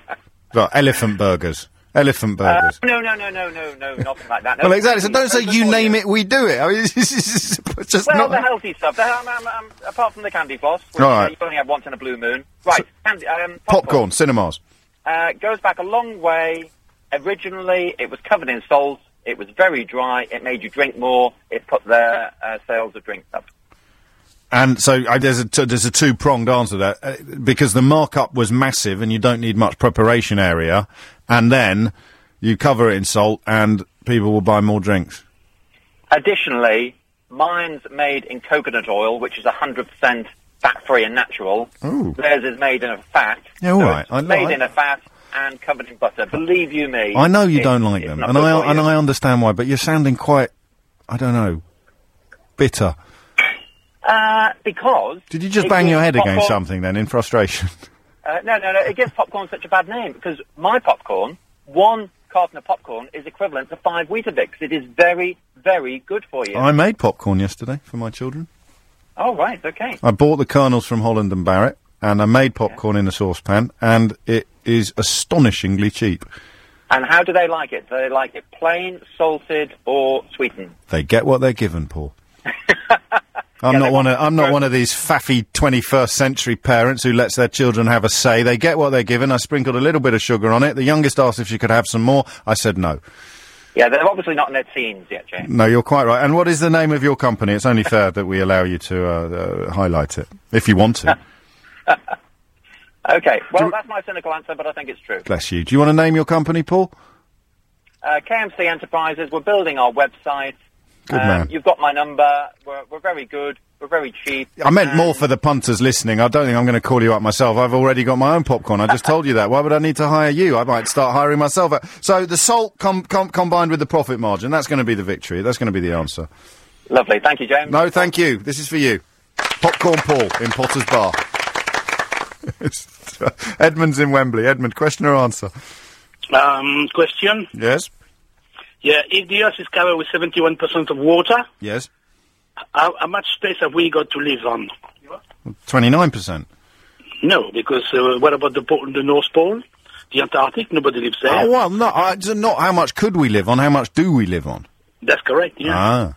[SPEAKER 1] Right, elephant burgers. Elephant
[SPEAKER 14] Uh,
[SPEAKER 1] burgers.
[SPEAKER 14] no, no, no, no, no, no, nothing like that. No.
[SPEAKER 1] well, exactly. So don't say you name it, we do it. I mean, it's just it's just
[SPEAKER 14] well,
[SPEAKER 1] not.
[SPEAKER 14] the healthy stuff. The, um, um, um, apart from the candy floss, which
[SPEAKER 1] All right.
[SPEAKER 14] uh, you only have once in a blue moon. Right, candy, um,
[SPEAKER 1] popcorn, cinemas.
[SPEAKER 14] Uh, it goes back a long way. Originally, it was covered in salt. It was very dry. It made you drink more. It put their uh, sales of drinks up.
[SPEAKER 1] And so I, there's a t- there's a two pronged answer to that uh, because the markup was massive and you don't need much preparation area, and then you cover it in salt and people will buy more drinks.
[SPEAKER 14] Additionally, mine's made in coconut oil, which is 100% fat-free and natural.
[SPEAKER 1] Ooh.
[SPEAKER 14] Theirs is made in a fat.
[SPEAKER 1] Yeah, all right. I,
[SPEAKER 14] made
[SPEAKER 1] I-
[SPEAKER 14] in a fat and covered in butter. Believe you me.
[SPEAKER 1] I know you
[SPEAKER 14] it-
[SPEAKER 1] don't like
[SPEAKER 14] it's
[SPEAKER 1] them,
[SPEAKER 14] not
[SPEAKER 1] and
[SPEAKER 14] good for
[SPEAKER 1] I
[SPEAKER 14] you.
[SPEAKER 1] and I understand why, but you're sounding quite, I don't know, bitter.
[SPEAKER 14] Uh, because...
[SPEAKER 1] Did you just
[SPEAKER 14] it
[SPEAKER 1] bang
[SPEAKER 14] gives
[SPEAKER 1] your head against
[SPEAKER 14] popcorn-
[SPEAKER 1] something then in frustration?
[SPEAKER 14] Uh, no, no, no. It gives popcorn such a bad name because my popcorn, one carton of popcorn is equivalent to five Weetabix. It is very, very good for you.
[SPEAKER 1] I made popcorn yesterday for my children.
[SPEAKER 14] Oh, right. Okay.
[SPEAKER 1] I bought the kernels from Holland and Barrett, and I made popcorn in a saucepan, and it is astonishingly cheap.
[SPEAKER 14] And how do they like it? Do they like it plain, salted, or sweetened?
[SPEAKER 1] They get what they're given, Paul. I'm not one. Of, I'm not one of these faffy 21st century parents who lets their children have a say. They get what they're given. I sprinkled a little bit of sugar on it. The youngest asked if she could have some more. I said no.
[SPEAKER 14] Yeah, they're obviously not in their teens yet, James.
[SPEAKER 1] No, you're quite right. And what is the name of your company? It's only fair that we allow you to uh, uh, highlight it if you want to.
[SPEAKER 14] Okay. Well, that's my cynical answer, but I think it's true.
[SPEAKER 1] Bless you. Do you want to name your company, Paul?
[SPEAKER 14] Uh, KMC Enterprises, we're building our website.
[SPEAKER 1] Good
[SPEAKER 14] Um,
[SPEAKER 1] man.
[SPEAKER 14] You've got my number. We're, we're very good. We're very cheap.
[SPEAKER 1] I meant more for the punters listening. I don't think I'm going to call you up myself. I've already got my own popcorn. I just told you that. Why would I need to hire you? I might start hiring myself. So the salt com- com- combined with the profit margin, that's going to be the victory. That's going to be the answer.
[SPEAKER 14] Lovely. Thank you, James.
[SPEAKER 1] No, thank you. This is for you. Popcorn Paul in Potter's Bar. Edmund's in Wembley. Edmund, question or answer?
[SPEAKER 15] Um, question.
[SPEAKER 1] Yes?
[SPEAKER 15] Yeah, if the Earth is covered with 71% of water,
[SPEAKER 1] Yes?
[SPEAKER 15] how, how much space have we got to live on?
[SPEAKER 1] 29%.
[SPEAKER 15] No, because uh, what about the, pole, the North Pole, the Antarctic? Nobody lives there.
[SPEAKER 1] Oh, well, no, I, it's not how much could we live on, how much do we live on?
[SPEAKER 15] That's correct, yeah.
[SPEAKER 1] Ah,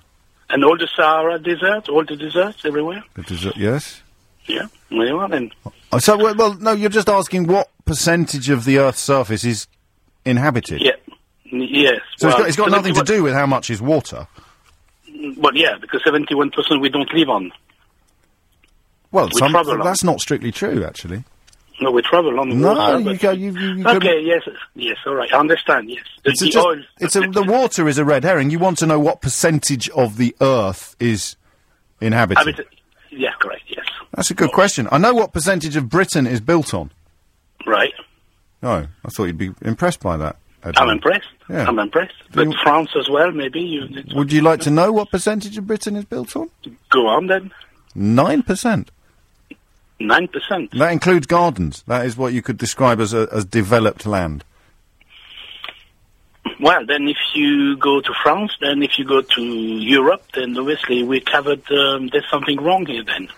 [SPEAKER 15] And all the Sahara desert, all the deserts everywhere?
[SPEAKER 1] it is, uh, yes.
[SPEAKER 15] Yeah, very well then.
[SPEAKER 1] Oh, so, well, well, no, you're just asking what percentage of the Earth's surface is inhabited.
[SPEAKER 15] Yeah. N- Yes.
[SPEAKER 1] So
[SPEAKER 15] well,
[SPEAKER 1] it's got, it's got nothing to
[SPEAKER 15] 71
[SPEAKER 1] do with how much is water.
[SPEAKER 15] Well, yeah, because 71% we don't live on.
[SPEAKER 1] Well,
[SPEAKER 15] We
[SPEAKER 1] some,
[SPEAKER 15] travel on.
[SPEAKER 1] that's not strictly true, actually.
[SPEAKER 15] No, we travel on
[SPEAKER 1] No,
[SPEAKER 15] water.
[SPEAKER 1] you
[SPEAKER 15] but-
[SPEAKER 1] go- you- you- you
[SPEAKER 15] okay,
[SPEAKER 1] couldn't-
[SPEAKER 15] yes, yes, all right, I understand, yes. The,
[SPEAKER 1] It's
[SPEAKER 15] the
[SPEAKER 1] a just-
[SPEAKER 15] oil,
[SPEAKER 1] it's a- the water is a red herring. You want to know what percentage of the Earth is inhabited.
[SPEAKER 15] I mean, yeah, correct, yes,
[SPEAKER 1] That's a good question. I know what percentage of Britain is built on.
[SPEAKER 15] right.
[SPEAKER 1] Oh, I thought you'd be impressed by that.
[SPEAKER 15] I'm
[SPEAKER 1] Edmund.
[SPEAKER 15] impressed.
[SPEAKER 1] Yeah.
[SPEAKER 15] I'm impressed.
[SPEAKER 1] Do
[SPEAKER 15] But
[SPEAKER 1] you-
[SPEAKER 15] France as well, maybe. You
[SPEAKER 1] Would you like to know what percentage of Britain is built on?
[SPEAKER 15] go on then.
[SPEAKER 1] Nine percent.
[SPEAKER 15] Nine percent.
[SPEAKER 1] That includes gardens. That is what you could describe as a, as developed land.
[SPEAKER 15] Well, then if you go to France, then if you go to Europe, then obviously we covered. Um, there's something wrong here then.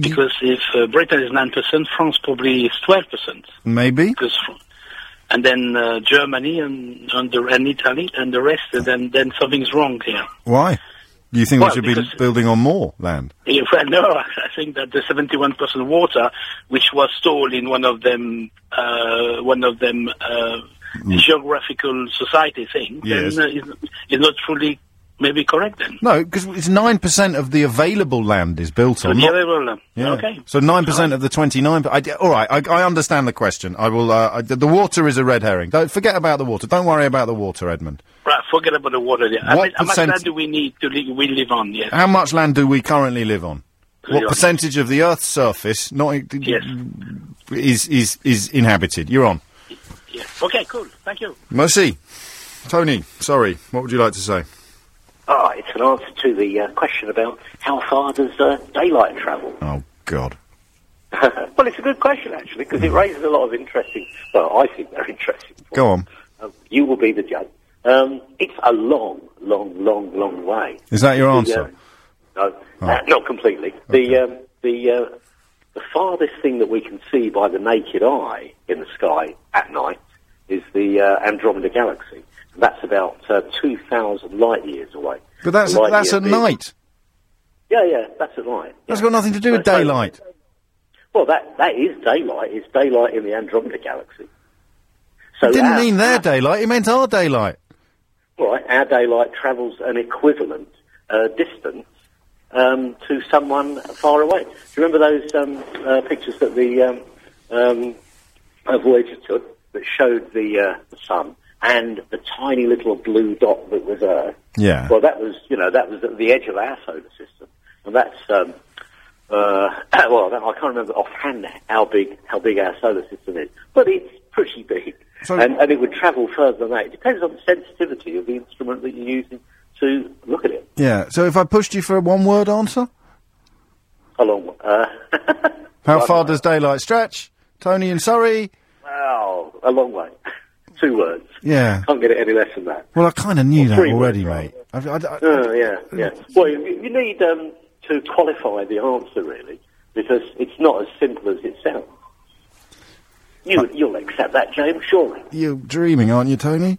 [SPEAKER 15] because if uh, Britain is nine percent, France probably is twelve percent.
[SPEAKER 1] Maybe.
[SPEAKER 15] Because, fr- and then uh, Germany and and, the, and Italy and the rest. And then then something's wrong here.
[SPEAKER 1] Why? Do you think
[SPEAKER 15] Well,
[SPEAKER 1] we should be
[SPEAKER 15] because-
[SPEAKER 1] building on more land?
[SPEAKER 15] Yeah, well, no, I think that the 71% water, which was stored in one of them, uh, one of them uh, geographical society thing,
[SPEAKER 1] Mm. Yes.
[SPEAKER 15] then, uh, is, is not truly maybe correct then.
[SPEAKER 1] No, because it's nine percent of the available land is built
[SPEAKER 15] So
[SPEAKER 1] on.
[SPEAKER 15] the
[SPEAKER 1] not-
[SPEAKER 15] other one, uh,
[SPEAKER 1] Yeah.
[SPEAKER 15] Okay.
[SPEAKER 1] So nine percent of the twenty-nine. But I d all right, I, I understand the question. I will. Uh, I, the water is a red herring. Don't forget about the water. Don't worry about the water, Edmund.
[SPEAKER 15] Right, forget about the water. There. I
[SPEAKER 1] What
[SPEAKER 15] mean, how much
[SPEAKER 1] percent-
[SPEAKER 15] land do we need to li- we live on? Yes.
[SPEAKER 1] How much land do we currently live on? What
[SPEAKER 15] Yeah.
[SPEAKER 1] percentage of the Earth's surface not
[SPEAKER 15] Yes.
[SPEAKER 1] is is is inhabited? You're on.
[SPEAKER 15] yes. Okay, cool. Thank you.
[SPEAKER 1] Mercy, Tony. Sorry. What would you like to say?
[SPEAKER 16] Ah, it's an answer to the uh, question about how far does uh, daylight travel.
[SPEAKER 1] Oh God.
[SPEAKER 16] well, it's a good question actually because
[SPEAKER 1] Hmm.
[SPEAKER 16] it raises a lot of interesting. Well, I think they're interesting.
[SPEAKER 1] Go on.
[SPEAKER 16] Um, you will be the judge. Um, it's a long, long, long, long way.
[SPEAKER 1] Is that your
[SPEAKER 16] The,
[SPEAKER 1] answer? Ah.
[SPEAKER 16] uh, no, uh, not completely. The um, the uh, the farthest thing that we can see by the naked eye in the sky at night is the uh, Andromeda Galaxy. And that's about uh, 2,000 light years away.
[SPEAKER 1] But that's
[SPEAKER 16] A light
[SPEAKER 1] that's
[SPEAKER 16] year
[SPEAKER 1] at
[SPEAKER 16] being-
[SPEAKER 1] night.
[SPEAKER 16] Yeah, yeah, that's at night.
[SPEAKER 1] That's got nothing to do with daylight.
[SPEAKER 16] Well, that, that is daylight. It's daylight in the Andromeda Galaxy. So
[SPEAKER 1] it didn't
[SPEAKER 16] our-
[SPEAKER 1] mean their daylight. It meant our daylight.
[SPEAKER 16] All Right, our daylight travels an equivalent uh, distance um, to someone far away. Do you remember those um, uh, pictures that the um, um, uh, Voyager took that showed the, uh, the sun and the tiny little blue dot that was Earth?
[SPEAKER 1] Yeah.
[SPEAKER 16] Well, that was you know that was at the edge of our solar system, and that's um, uh, well, I can't remember offhand how big how big our solar system is, but it's pretty big,
[SPEAKER 1] So-
[SPEAKER 16] and, and it would travel further than that. It depends on the sensitivity of the instrument that you're using to look at it.
[SPEAKER 1] Yeah. So if I pushed you for a one word answer,
[SPEAKER 16] Along, uh,
[SPEAKER 1] how far does daylight stretch? Tony and Surrey.
[SPEAKER 16] wow, a long way. Two words.
[SPEAKER 1] Yeah.
[SPEAKER 16] Can't get it any less than that.
[SPEAKER 1] Well, I kind of knew that
[SPEAKER 16] three
[SPEAKER 1] already, mate.
[SPEAKER 16] Oh, yeah, yeah. Well, you, you need um, to qualify the answer really, because it's not as simple as it sounds. You, you'll accept that, James, surely.
[SPEAKER 1] You're dreaming, aren't you, Tony?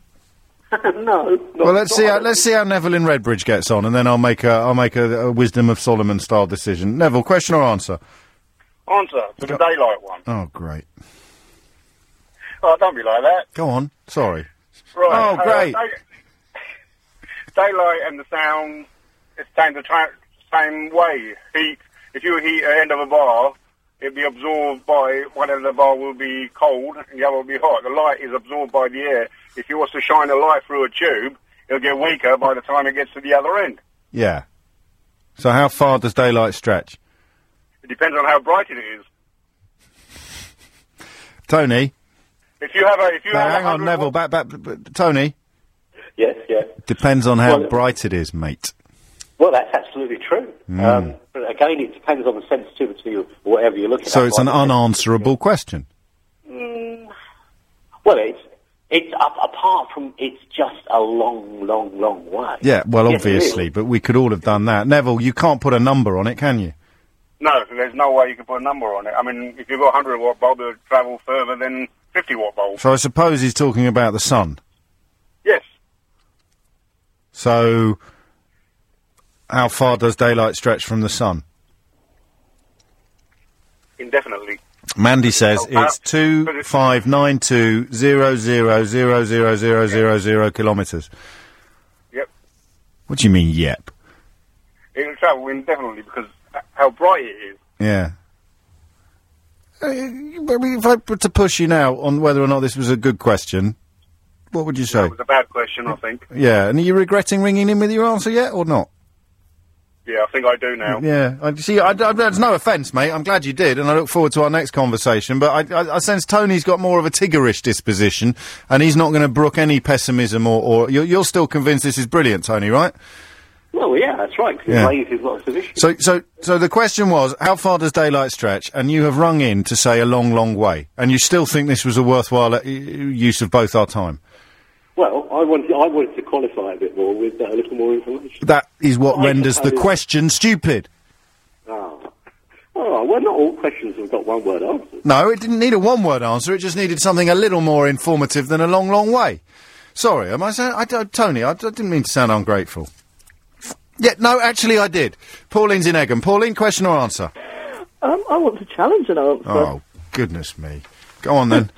[SPEAKER 16] no.
[SPEAKER 1] well, let's see. How, let's see how Neville in Redbridge gets on, and then I'll make a I'll make a, a wisdom of Solomon style decision. Neville, question or answer?
[SPEAKER 17] Answer to the daylight one.
[SPEAKER 1] Oh, great.
[SPEAKER 17] Oh, don't be like that.
[SPEAKER 1] Go on. Sorry.
[SPEAKER 17] Right.
[SPEAKER 1] Oh,
[SPEAKER 17] uh,
[SPEAKER 1] great.
[SPEAKER 17] day- daylight and the sound it's the same, the tra- same way. Heat. If you heat the end of a bar, it'd be absorbed by one end of the bar will be cold and the other will be hot. The light is absorbed by the air. If you was to shine a light through a tube, it'll get weaker by the time it gets to the other end.
[SPEAKER 1] Yeah. So, how far does daylight stretch,
[SPEAKER 17] It depends on how bright it is.
[SPEAKER 1] Tony?
[SPEAKER 17] If you have a if you
[SPEAKER 1] No,
[SPEAKER 17] have
[SPEAKER 1] hang
[SPEAKER 17] a
[SPEAKER 1] on, Neville. Back, back, b- b- Tony.
[SPEAKER 16] Yes, yeah.
[SPEAKER 1] Depends on how
[SPEAKER 16] Well-
[SPEAKER 1] bright it is, mate.
[SPEAKER 16] Well, that's absolutely true.
[SPEAKER 1] Mm.
[SPEAKER 16] Um, but again, it depends on the sensitivity of whatever you're looking at.
[SPEAKER 1] so it's an
[SPEAKER 16] Like,
[SPEAKER 1] unanswerable question.
[SPEAKER 16] mm, well, it's it's a- apart from it's just a long, long, long way.
[SPEAKER 1] Yeah. Well,
[SPEAKER 16] Yes, it is.
[SPEAKER 1] obviously, but we could all have done that. Neville, you can't put a number on it, can you?
[SPEAKER 17] No, there's no way you can put a number on it. I mean, if you've got a 100 watt bulb, it'll travel further than 50 watt bulb.
[SPEAKER 1] So I suppose he's talking about the sun.
[SPEAKER 17] Yes.
[SPEAKER 1] So, how far does daylight stretch from the sun?
[SPEAKER 17] Indefinitely.
[SPEAKER 1] Mandy says
[SPEAKER 17] Oh, uh,
[SPEAKER 1] it's two five nine two zero zero zero zero zero zero zero kilometres.
[SPEAKER 17] Yep.
[SPEAKER 1] What do you mean, yep?
[SPEAKER 17] It'll travel indefinitely because h- how bright it is.
[SPEAKER 1] Yeah. Uh, I mean, if I were to push you now on whether or not this was a good question, what would you say?
[SPEAKER 17] It was a bad question, I think.
[SPEAKER 1] Yeah, and are you regretting ringing in with your answer yet or not?
[SPEAKER 17] Yeah, I think I do now.
[SPEAKER 1] Yeah, I see. I, I, there's no offence, mate. I'm glad you did, and I look forward to our next conversation. But I, I, I sense Tony's got more of a Tiggerish disposition, and he's not going to brook any pessimism. Or, or you're, you're still convinced this is brilliant, Tony, right?
[SPEAKER 16] Well, yeah, that's right. 'cause
[SPEAKER 1] Yeah.
[SPEAKER 16] it raises lots of issues.
[SPEAKER 1] So, so, so the question was, how far does daylight stretch? And you have rung in to say a long, long way, and you still think this was a worthwhile uh, use of both our time.
[SPEAKER 16] Well, I wanted I wanted to qualify a bit more with uh, a little more information.
[SPEAKER 1] That is what
[SPEAKER 16] I
[SPEAKER 1] renders the
[SPEAKER 16] suppose-
[SPEAKER 1] question stupid.
[SPEAKER 16] Ah. All right. Well, not all questions have got one word answers.
[SPEAKER 1] No, it didn't need a one word answer. It just needed something a little more informative than a long, long way. Sorry, am I saying. I, don't- Tony, I, d- I didn't mean to sound ungrateful. Yeah, no, actually, I did. Pauline's in Egham. Pauline, question or answer?
[SPEAKER 18] Um, I want to challenge an answer.
[SPEAKER 1] Oh, goodness me. Go on then.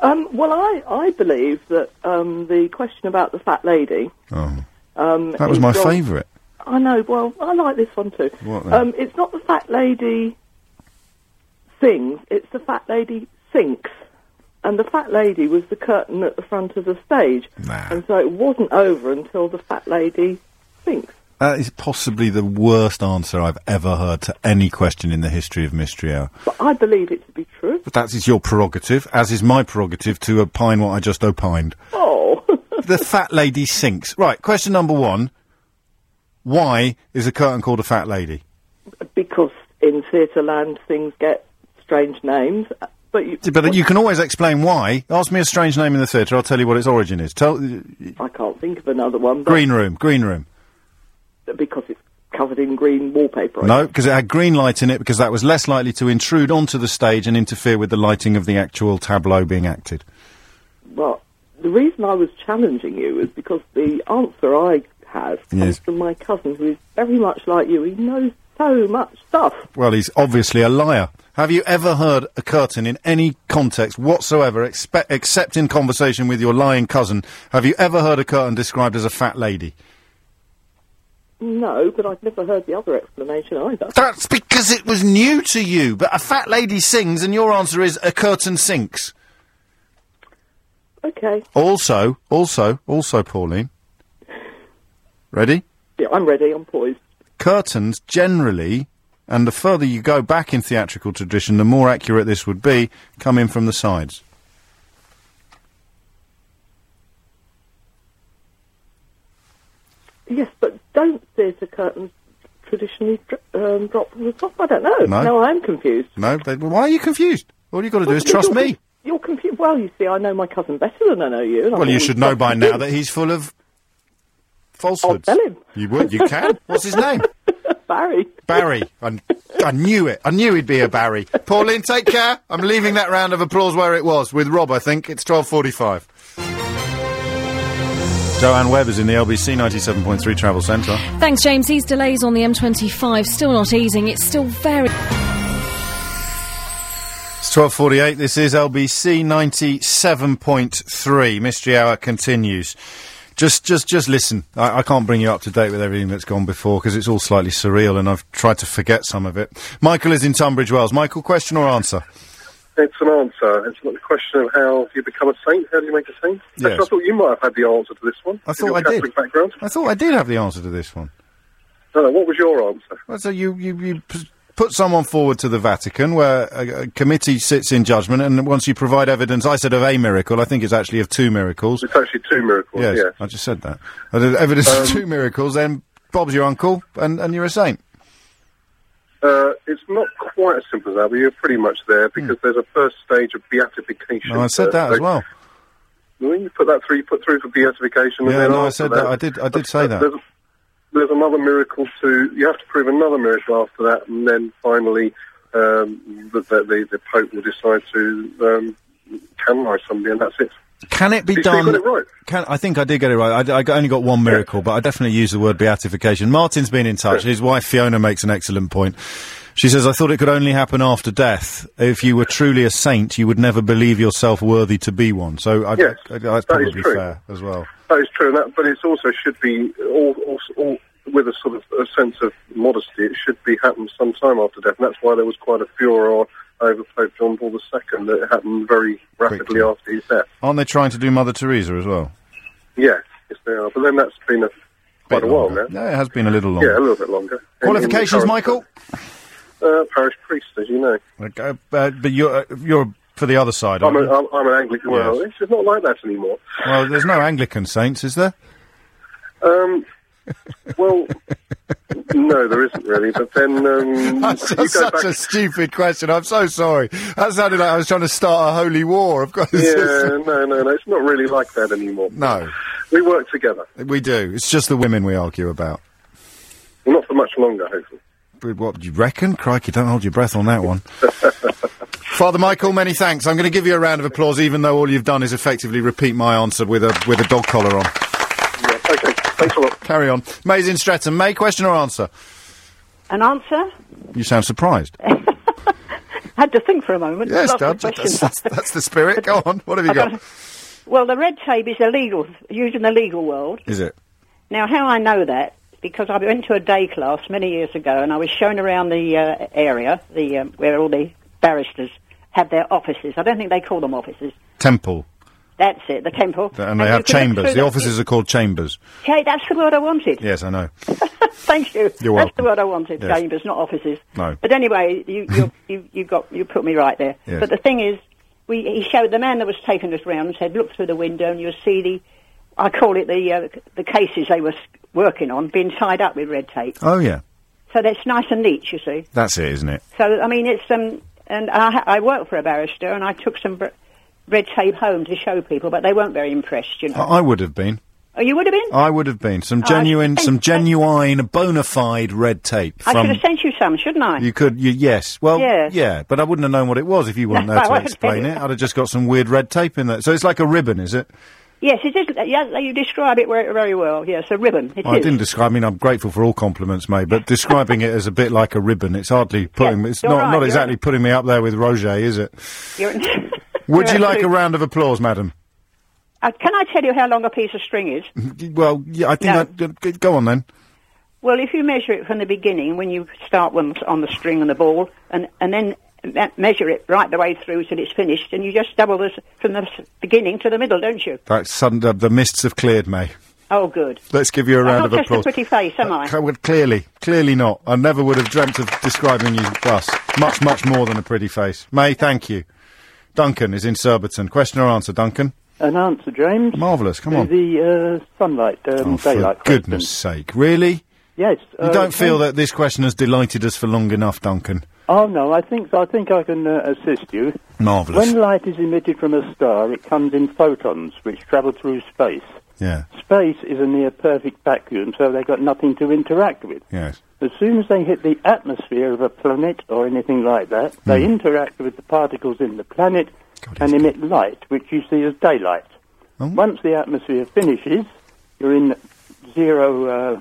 [SPEAKER 18] Um, well, I, I believe that um, the question about the fat lady.
[SPEAKER 1] Oh,
[SPEAKER 18] Um,
[SPEAKER 1] that was
[SPEAKER 18] is
[SPEAKER 1] my
[SPEAKER 18] not-
[SPEAKER 1] favourite.
[SPEAKER 18] I know. Well, I like this one too.
[SPEAKER 1] What then?
[SPEAKER 18] Um, it's not the fat lady sings; it's the fat lady sinks. And the fat lady was the curtain at the front of the stage, and so it wasn't over until the fat lady sinks.
[SPEAKER 1] That is possibly the worst answer I've ever heard to any question in the history of Mystery Hour.
[SPEAKER 18] But I believe it to be true.
[SPEAKER 1] But that is your prerogative, as is my prerogative to opine what I just opined.
[SPEAKER 18] Oh,
[SPEAKER 1] the fat lady sinks. Right, question number one. Why is a curtain called a fat lady?
[SPEAKER 18] because in theatre land things get strange names, but you,
[SPEAKER 1] But you can always explain why. Ask me a strange name in the theatre, I'll tell you what its origin is. Tell,
[SPEAKER 18] I can't think of another one. But
[SPEAKER 1] green room, green room.
[SPEAKER 18] because it's covered in green wallpaper. I
[SPEAKER 1] No, because it had green light in it because that was less likely to intrude onto the stage and interfere with the lighting of the actual tableau being acted.
[SPEAKER 18] Well, the reason I was challenging you is because the answer I have comes
[SPEAKER 1] Yes.
[SPEAKER 18] from my cousin, who is very much like you. He knows so much stuff.
[SPEAKER 1] Well, he's obviously a liar. Have you ever heard a curtain in any context whatsoever, expe- except in conversation with your lying cousin? Have you ever heard a curtain described as a fat lady?
[SPEAKER 18] No, but I've never heard the other explanation either.
[SPEAKER 1] That's because it was new to you. But a fat lady sings, and your answer is a curtain sinks.
[SPEAKER 18] Okay.
[SPEAKER 1] Also, also, also, Pauline. Ready?
[SPEAKER 18] Yeah, I'm ready. I'm poised.
[SPEAKER 1] curtains generally, and the further you go back in theatrical tradition, the more accurate this would be, come in from the sides.
[SPEAKER 18] Yes, but don't theatre curtains traditionally dr- um, drop from the top? I don't know.
[SPEAKER 1] No.
[SPEAKER 18] Now Oh, I'm confused.
[SPEAKER 1] No, they, well, why are you confused? All you've got to do is trust
[SPEAKER 18] You're-
[SPEAKER 1] me.
[SPEAKER 18] You're confused. Well, you see, I know my cousin better than I know you. and I'm
[SPEAKER 1] Well, you
[SPEAKER 18] always
[SPEAKER 1] should know by
[SPEAKER 18] confused.
[SPEAKER 1] now that he's full of falsehoods.
[SPEAKER 18] I'll tell him.
[SPEAKER 1] You would, you can. What's his name?
[SPEAKER 18] Barry.
[SPEAKER 1] Barry. I, I knew it. I knew he'd be a Barry. Pauline, take care. I'm leaving that round of applause where it was with Rob. I think it's twelve forty-five. Joanne Webber's in the LBC 97.3 Travel Centre.
[SPEAKER 8] Thanks, James. These delays on the M25 still not easing. It's still very.
[SPEAKER 1] It's 12.48, this is LBC 97.3. Mystery Hour continues. Just, just, just listen. I, I can't bring you up to date with everything that's gone before because it's all slightly surreal and I've tried to forget some of it. Michael is in Tunbridge Wells. Michael, question or answer?
[SPEAKER 19] It's an answer. It's not the question of how you become a saint. How do you make a saint?
[SPEAKER 1] Yes.
[SPEAKER 19] Actually, I thought you might have had the answer to this one.
[SPEAKER 1] I
[SPEAKER 19] with
[SPEAKER 1] thought
[SPEAKER 19] your
[SPEAKER 1] I did.
[SPEAKER 19] Catholic Background.
[SPEAKER 1] I thought I did have the answer to this one.
[SPEAKER 19] No, no, what was your answer?
[SPEAKER 1] Well, so you, you, you p- put someone forward to the Vatican where a, a committee sits in judgment and once you provide evidence, I said of a miracle, I think it's actually of two miracles.
[SPEAKER 19] It's actually two miracles.
[SPEAKER 1] Yes,
[SPEAKER 19] yeah.
[SPEAKER 1] I just said that. I did evidence
[SPEAKER 19] Um,
[SPEAKER 1] of two miracles, then Bob's your uncle, and, and you're a saint.
[SPEAKER 19] Uh, it's not quite as simple as that, but you're pretty much there because there's a first stage of beatification.
[SPEAKER 1] Hmm. No, I said
[SPEAKER 19] Uh,
[SPEAKER 1] that
[SPEAKER 19] so
[SPEAKER 1] as well.
[SPEAKER 19] Well, you put that through, you put through for beatification. and
[SPEAKER 1] Yeah,
[SPEAKER 19] then
[SPEAKER 1] no, I
[SPEAKER 19] after
[SPEAKER 1] said that. I did. I did say that.
[SPEAKER 19] There's, there's another miracle to. You have to prove another miracle after that, and then finally, um, the, the, the, the Pope will decide to um, canonize somebody, and that's it.
[SPEAKER 1] Can it be
[SPEAKER 19] You see, you
[SPEAKER 1] done?
[SPEAKER 19] got it right.
[SPEAKER 1] Can I think I did get it right. I, I got- only got one miracle, but I definitely used the word beatification. Martin's been in touch. His wife Fiona makes an excellent point. She says, "I thought it could only happen after death. If you were truly a saint, you would never believe yourself worthy to be one." So I,
[SPEAKER 19] Yes,
[SPEAKER 1] I- I- that's
[SPEAKER 19] that is
[SPEAKER 1] probably
[SPEAKER 19] true.
[SPEAKER 1] fair as well.
[SPEAKER 19] That is true, and that, but it also should be all, all, all with a sort of a sense of modesty. It should be happened sometime after death, and that's why there was quite a furor over Pope John Paul II that it happened very rapidly after his death.
[SPEAKER 1] Aren't they trying to do Mother Teresa as well?
[SPEAKER 19] Yes, yes, they are. But then that's been a, quite a while now.
[SPEAKER 1] Yeah, it has been a little longer.
[SPEAKER 19] Yeah, a little bit longer. In-
[SPEAKER 1] Qualifications,
[SPEAKER 19] in the
[SPEAKER 1] Michael?
[SPEAKER 19] current- Uh, parish priest, as you know.
[SPEAKER 1] Like, uh, uh, but you're uh, you're for the other side.
[SPEAKER 19] I'm,
[SPEAKER 1] Aren't
[SPEAKER 19] a,
[SPEAKER 1] you?
[SPEAKER 19] I'm, I'm an Anglican. Well,
[SPEAKER 1] Yes.
[SPEAKER 19] it's just not like that anymore.
[SPEAKER 1] Well, there's no Anglican saints, is there?
[SPEAKER 19] Um, well, no, there isn't really. But then um,
[SPEAKER 1] That's
[SPEAKER 19] you go
[SPEAKER 1] such
[SPEAKER 19] back
[SPEAKER 1] a stupid question. I'm so sorry. That sounded like I was trying to start a holy war. I've got
[SPEAKER 19] Yeah, no, no, no. It's not really like that anymore.
[SPEAKER 1] no.
[SPEAKER 19] We work together.
[SPEAKER 1] We do. It's just the women we argue about.
[SPEAKER 19] Well, not for much longer, hopefully.
[SPEAKER 1] But What do you reckon? Crikey, don't hold your breath on that one. Father Michael, many thanks. I'm going to give you a round of applause, even though all you've done is effectively repeat my answer with a with a dog collar on.
[SPEAKER 19] Yeah, okay. Thanks a lot.
[SPEAKER 1] Carry on. May's in Streatham. May, question or answer?
[SPEAKER 20] An answer?
[SPEAKER 1] You sound surprised.
[SPEAKER 20] Had to think for a moment.
[SPEAKER 1] Yes,
[SPEAKER 20] Lots
[SPEAKER 1] Dad.
[SPEAKER 20] of
[SPEAKER 1] That's,
[SPEAKER 20] questions.
[SPEAKER 1] that's, that's the spirit. Go on. What have you
[SPEAKER 20] I've
[SPEAKER 1] got?
[SPEAKER 20] Well, the red tape is illegal, used in the legal world.
[SPEAKER 1] Is it?
[SPEAKER 20] Now, how I know that, because I went to a day class many years ago and I was shown around the uh, area the um, where all the barristers have their offices. I don't think they call them offices.
[SPEAKER 1] Temple.
[SPEAKER 20] That's it, the temple.
[SPEAKER 1] And they
[SPEAKER 20] you
[SPEAKER 1] have
[SPEAKER 20] can look
[SPEAKER 1] chambers.
[SPEAKER 20] through
[SPEAKER 1] The offices are called chambers.
[SPEAKER 20] Okay, that's the word I wanted.
[SPEAKER 1] Yes, I know.
[SPEAKER 20] Thank you.
[SPEAKER 1] You're
[SPEAKER 20] that's
[SPEAKER 1] welcome.
[SPEAKER 20] the word I wanted,
[SPEAKER 1] Yes.
[SPEAKER 20] chambers, not offices.
[SPEAKER 1] No.
[SPEAKER 20] But anyway, you you you, you got you put me right there.
[SPEAKER 1] Yes.
[SPEAKER 20] But the thing is, we he showed the man that was taking us round and said, look through the window and you'll see the, I call it the uh, the cases they were s- working on being tied up with red tape.
[SPEAKER 1] Oh, yeah.
[SPEAKER 20] So that's nice and neat, you see.
[SPEAKER 1] That's it, isn't it?
[SPEAKER 20] So I mean, it's um, and I ha- I work for a barrister and I took some br- red tape home to show people, but they weren't very impressed, you know.
[SPEAKER 1] I, I would have been.
[SPEAKER 20] Oh, you would have been?
[SPEAKER 1] I would have been some
[SPEAKER 20] Oh, I-
[SPEAKER 1] genuine, some genuine, bona fide red tape.
[SPEAKER 20] I should
[SPEAKER 1] From
[SPEAKER 20] have sent you some, shouldn't I?
[SPEAKER 1] you could, you, yes, well,
[SPEAKER 20] Yes.
[SPEAKER 1] yeah, but I wouldn't have known what it was if you weren't
[SPEAKER 20] No,
[SPEAKER 1] there
[SPEAKER 20] I
[SPEAKER 1] to
[SPEAKER 20] wouldn't
[SPEAKER 1] explain
[SPEAKER 20] tell
[SPEAKER 1] it. I'd have just got some weird red tape in there. So it's like a ribbon, is it?
[SPEAKER 20] Yes, it is. Yeah, you describe it very, very well. Yes, a ribbon. It is.
[SPEAKER 1] I didn't describe. I mean, I'm grateful for all compliments, mate, but describing it as a bit like a ribbon, it's hardly putting. it's
[SPEAKER 20] you're
[SPEAKER 1] not
[SPEAKER 20] right,
[SPEAKER 1] not
[SPEAKER 20] you're
[SPEAKER 1] exactly putting me up there with Roger, is it?
[SPEAKER 20] You're-
[SPEAKER 1] Would
[SPEAKER 20] You're
[SPEAKER 1] you like a
[SPEAKER 20] absolute-
[SPEAKER 1] round of applause, madam?
[SPEAKER 20] Uh, can I tell you how long a piece of string is?
[SPEAKER 1] Mm-hmm. Well, yeah, I think.
[SPEAKER 20] No.
[SPEAKER 1] I'd, g- g- go on then.
[SPEAKER 20] Well, if you measure it from the beginning, when you start one on the string and the ball, and, and then me- measure it right the way through till it's finished, and you just double this from the s- beginning to the middle, don't you?
[SPEAKER 1] That sudden, uh, the mists have cleared, May.
[SPEAKER 20] Oh, good.
[SPEAKER 1] Let's give you a round
[SPEAKER 20] I'm
[SPEAKER 1] of
[SPEAKER 20] not just
[SPEAKER 1] applause.
[SPEAKER 20] a pretty face, am I?
[SPEAKER 1] C- well, clearly, clearly not. I never would have dreamt of describing you thus. Much, much more than a pretty face. May, thank you. Duncan is in Surbiton. Question or answer, Duncan?
[SPEAKER 21] An answer, James.
[SPEAKER 1] Marvellous, come
[SPEAKER 21] to
[SPEAKER 1] on.
[SPEAKER 21] The uh, sunlight, um,
[SPEAKER 1] Oh, for
[SPEAKER 21] daylight.
[SPEAKER 1] goodness sake, really?
[SPEAKER 21] Yes.
[SPEAKER 1] You
[SPEAKER 21] uh,
[SPEAKER 1] don't feel
[SPEAKER 21] can-
[SPEAKER 1] that this question has delighted us for long enough, Duncan?
[SPEAKER 21] Oh no, I think I think I can uh, assist you.
[SPEAKER 1] Marvellous.
[SPEAKER 21] When light is emitted from a star, it comes in photons, which travel through space.
[SPEAKER 1] Yeah,
[SPEAKER 21] Space is a near perfect vacuum, so they've got nothing to interact with.
[SPEAKER 1] yes.
[SPEAKER 21] As soon as they hit the atmosphere of a planet or anything like that, they
[SPEAKER 1] Hmm.
[SPEAKER 21] interact with the particles in the planet and emit light, which you see as daylight.
[SPEAKER 1] Oh.
[SPEAKER 21] Once the atmosphere finishes, you're in zero, uh,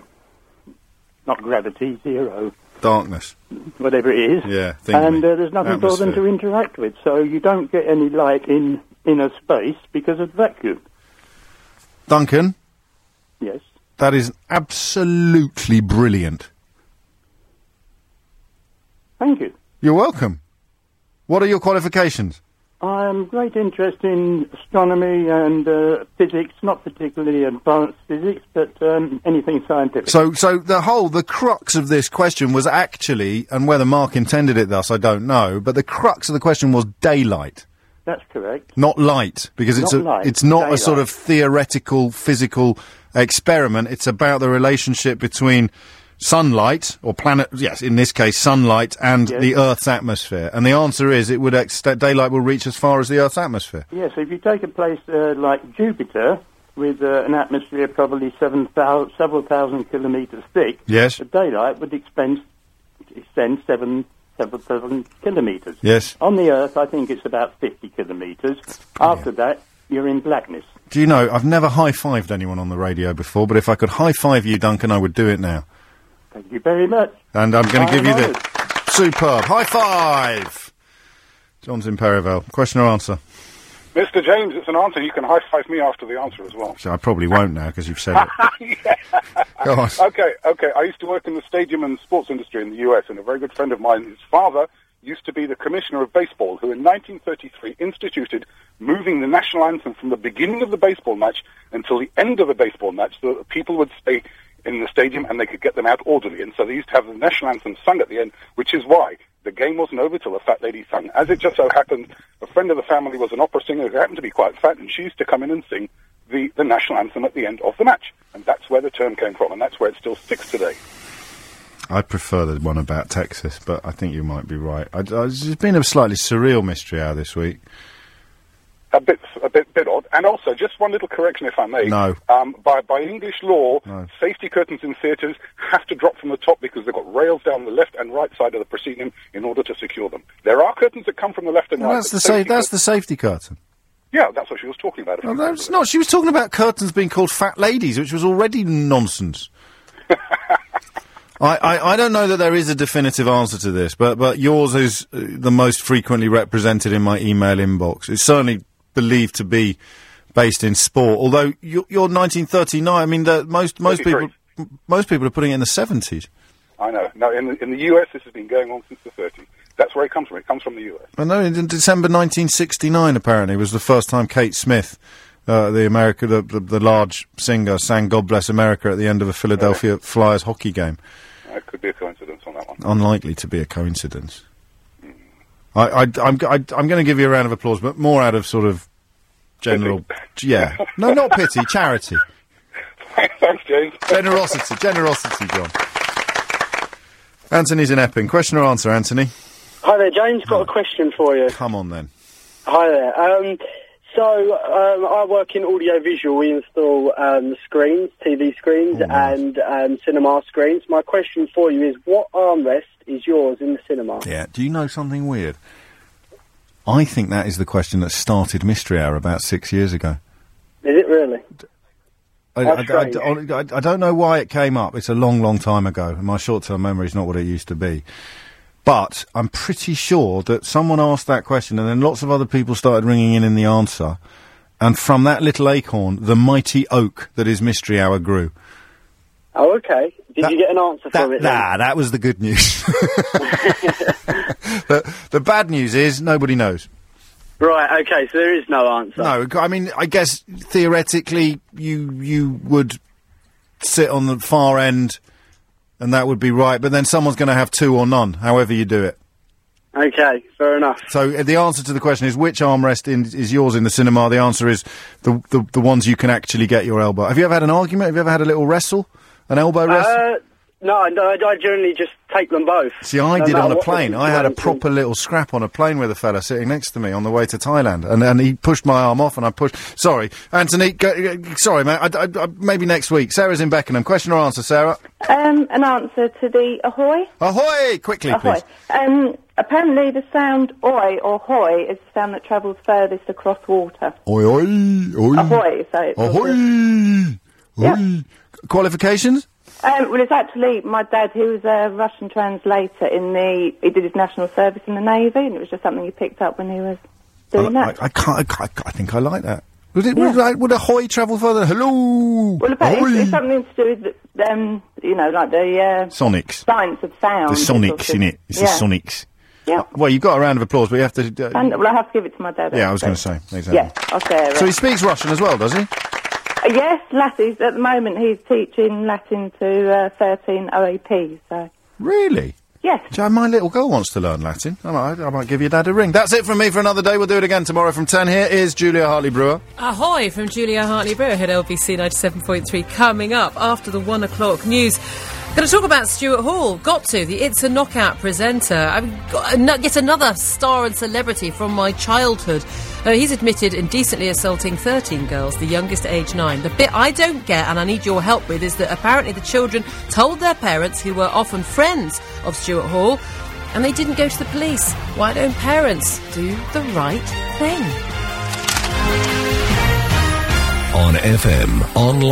[SPEAKER 21] not gravity, zero,
[SPEAKER 1] Darkness.
[SPEAKER 21] whatever it is.
[SPEAKER 1] Yeah, think of
[SPEAKER 21] and
[SPEAKER 1] me.
[SPEAKER 21] uh, there's nothing for them
[SPEAKER 1] Atmosphere.
[SPEAKER 21] to interact with, so you don't get any light in inner space because of vacuum.
[SPEAKER 1] Duncan,
[SPEAKER 21] Yes.
[SPEAKER 1] that is absolutely brilliant.
[SPEAKER 21] Thank you.
[SPEAKER 1] You're welcome. What are your qualifications?
[SPEAKER 21] I'm great interest in astronomy and uh, physics, not particularly advanced physics, but um, anything scientific.
[SPEAKER 1] So, so the whole, the crux of this question was actually, and whether Mark intended it thus, I don't know, but the crux of the question was daylight,
[SPEAKER 21] That's correct.
[SPEAKER 1] not light, because it's
[SPEAKER 21] Not
[SPEAKER 1] a,
[SPEAKER 21] light,
[SPEAKER 1] it's not a
[SPEAKER 21] daylight.
[SPEAKER 1] sort of theoretical physical experiment. It's about the relationship between sunlight or planet, yes, in this case, sunlight and
[SPEAKER 21] Yes.
[SPEAKER 1] the Earth's atmosphere. And the answer is, it would ex- daylight will reach as far as the Earth's atmosphere.
[SPEAKER 21] Yes, if you take a place uh, like Jupiter with uh, an atmosphere probably seven thou- several thousand kilometres thick,
[SPEAKER 1] Yes.
[SPEAKER 21] the daylight would expend, extend seven several thousand kilometres.
[SPEAKER 1] Yes.
[SPEAKER 21] On the Earth, I think it's about 50 kilometres. After that, you're in blackness.
[SPEAKER 1] Do you know, I've never high-fived anyone on the radio before, but if I could high-five you, Duncan, I would do it now.
[SPEAKER 21] Thank you very much.
[SPEAKER 1] And I'm going to
[SPEAKER 21] High
[SPEAKER 1] give you the
[SPEAKER 21] five.
[SPEAKER 1] superb high five. John's in Perivale. Question or answer?
[SPEAKER 22] Mr. James, it's an answer. You can high five me after the answer as well.
[SPEAKER 1] So I probably won't now because you've said it. Go on.
[SPEAKER 22] Okay, okay. I used to work in the stadium and sports industry in the U.S., and a very good friend of mine, his father, used to be the commissioner of baseball, who in 1933 instituted moving the national anthem from the beginning of the baseball match until the end of the baseball match so that the people would stay in the stadium and they could get them out orderly. And so they used to have the national anthem sung at the end, which is why the game wasn't over till the fat lady sang. As it just so happened, a friend of the family was an opera singer who happened to be quite fat, and she used to come in and sing the, the national anthem at the end of the match. And that's where the term came from, and that's where it still sticks today.
[SPEAKER 1] I prefer the one about Texas, but I think you might be right. I, I, it's been a slightly surreal mystery hour this week.
[SPEAKER 22] A bit, a bit, bit odd. And also, just one little correction, if I may.
[SPEAKER 1] No.
[SPEAKER 22] Um, by, by English law,
[SPEAKER 1] No.
[SPEAKER 22] safety curtains in theatres have to drop from the top because they've got rails down the left and right side of the proscenium in order to secure them. There are curtains that come from the left and right.
[SPEAKER 1] that's
[SPEAKER 22] but
[SPEAKER 1] the sa-
[SPEAKER 22] safety
[SPEAKER 1] that's the safety curtain.
[SPEAKER 22] Yeah, that's what she was talking about. if
[SPEAKER 1] Oh, No,
[SPEAKER 22] I remember.
[SPEAKER 1] that's not. She was talking about curtains being called fat ladies, which was already nonsense. I, I, I don't know that there is a definitive answer to this, but, but yours is uh, the most frequently represented in my email inbox. It's certainly believed to be based in sport, although you're, you're 1939. I mean, the, most most people
[SPEAKER 22] 33.
[SPEAKER 1] m- most people are putting it in the 70s,
[SPEAKER 22] I know. No, in, the- in the US, this has been going on since the 30s. That's where it comes from. It comes from the US.
[SPEAKER 1] I know in in December 1969, apparently, was the first time Kate Smith, uh, the America, the, the, the large singer, sang "God Bless America" at the end of a Philadelphia Flyers hockey game.
[SPEAKER 22] Uh, It could be a coincidence on that one.
[SPEAKER 1] Unlikely to be a coincidence. I, I, I'm, g- I, am going to give you a round of applause, but more out of sort of general, yeah, no, not pity, charity,
[SPEAKER 22] Thanks, James.
[SPEAKER 1] generosity, generosity, John. Anthony's in Epping. Question or answer, Anthony? Hmm.
[SPEAKER 23] Hi there, James. Got a question for you.
[SPEAKER 1] Come on then.
[SPEAKER 23] Hi there. Um,
[SPEAKER 2] So um, I work in audiovisual. We install um, screens, TV screens,
[SPEAKER 1] Oh,
[SPEAKER 2] and um, cinema screens. My question for you is: What armrest is yours in the cinema?
[SPEAKER 1] Yeah. Do you know something weird? I think that is the question that started Mystery Hour about six years ago.
[SPEAKER 2] Is it really?
[SPEAKER 1] I,
[SPEAKER 2] How
[SPEAKER 1] I- I-
[SPEAKER 2] strange.
[SPEAKER 1] I- I don't know why it came up. It's a long, long time ago, and my short-term memory is not what it used to be. But I'm pretty sure that someone asked that question, and then lots of other people started ringing in in the answer. And from that little acorn, the mighty oak that is Mystery Hour grew.
[SPEAKER 2] Oh, okay. Did you get an answer from it? then?
[SPEAKER 1] Nah, Ah, that was the good news. the, the bad news is nobody knows.
[SPEAKER 2] Right. Okay. So there is no answer.
[SPEAKER 1] No, I mean, I guess theoretically, you you would sit on the far end, and that would be right. But then someone's going to have two or none, however you do it.
[SPEAKER 2] Okay. Fair enough.
[SPEAKER 1] So uh, the answer to the question is which armrest in, is yours in the cinema? The answer is the, the the ones you can actually get your elbow. Have you ever had an argument? Have you ever had a little wrestle, an elbow wrestle?
[SPEAKER 2] Uh, no, no, I I generally just take them both.
[SPEAKER 1] See, I
[SPEAKER 2] No
[SPEAKER 1] did
[SPEAKER 2] matter
[SPEAKER 1] on a
[SPEAKER 2] what the
[SPEAKER 1] plane. I had a
[SPEAKER 2] situation.
[SPEAKER 1] proper little scrap on a plane with a fella sitting next to me on the way to Thailand, and and he pushed my arm off, and I pushed. Sorry, Anthony. Go, go- sorry, man. I, I- I- maybe next week. Sarah's in Beckenham. Question or answer, Sarah?
[SPEAKER 3] Um, an answer to the ahoy.
[SPEAKER 1] Ahoy! Quickly,
[SPEAKER 3] ahoy.
[SPEAKER 1] please.
[SPEAKER 3] Um, apparently, the sound oi or hoy is the sound that travels furthest across water.
[SPEAKER 1] Oi, oi, oi.
[SPEAKER 3] Ahoy. So it's
[SPEAKER 1] Ahoy!
[SPEAKER 3] Yeah.
[SPEAKER 1] Oi. Qualifications?
[SPEAKER 3] Um, well, it's actually my dad, who was a Russian translator in the. He did his national service in the navy, and it was just something he picked up when he was
[SPEAKER 1] I,
[SPEAKER 3] doing that.
[SPEAKER 1] I, I can't. I, can't- I think I like that. Would it? Would, I, would ahoy travel further? than Hello.
[SPEAKER 3] well, about, it's, it's something to do with the, um, you know, like the uh,
[SPEAKER 1] Sonics.
[SPEAKER 3] science of sound.
[SPEAKER 1] The
[SPEAKER 3] sort
[SPEAKER 1] Sonics
[SPEAKER 3] of-
[SPEAKER 1] in it. It's
[SPEAKER 3] yeah.
[SPEAKER 1] the Sonics.
[SPEAKER 3] Yeah.
[SPEAKER 1] Well, you've got a round of applause, but you have to. Uh,
[SPEAKER 3] And, well, I have to give it to my dad.
[SPEAKER 1] yeah, I was
[SPEAKER 3] actually.
[SPEAKER 1] going to say exactly.
[SPEAKER 3] Yeah, I'll say it.
[SPEAKER 1] So he speaks Russian as well, does he?
[SPEAKER 3] Uh, Yes, Latin. At the moment, he's teaching Latin to uh, 13 OAP. So,
[SPEAKER 1] Really?
[SPEAKER 3] Yes.
[SPEAKER 1] Joe, my little girl wants to learn Latin. I might, I might give your dad a ring. That's it from me for another day. We'll do it again tomorrow from 10. Here is Julia Hartley Brewer.
[SPEAKER 23] Ahoy from Julia Hartley Brewer at LBC 97.3 coming up after the one o'clock news. Going to talk about Stuart Hall. Got to the It's a Knockout presenter. I've got ano- yet another star and celebrity from my childhood. Uh, he's admitted indecently assaulting 13 girls, the youngest age nine. The bit I don't get and I need your help with is that apparently the children told their parents, who were often friends of Stuart Hall, and they didn't go to the police. Why don't parents do the right thing?
[SPEAKER 24] On FM, online.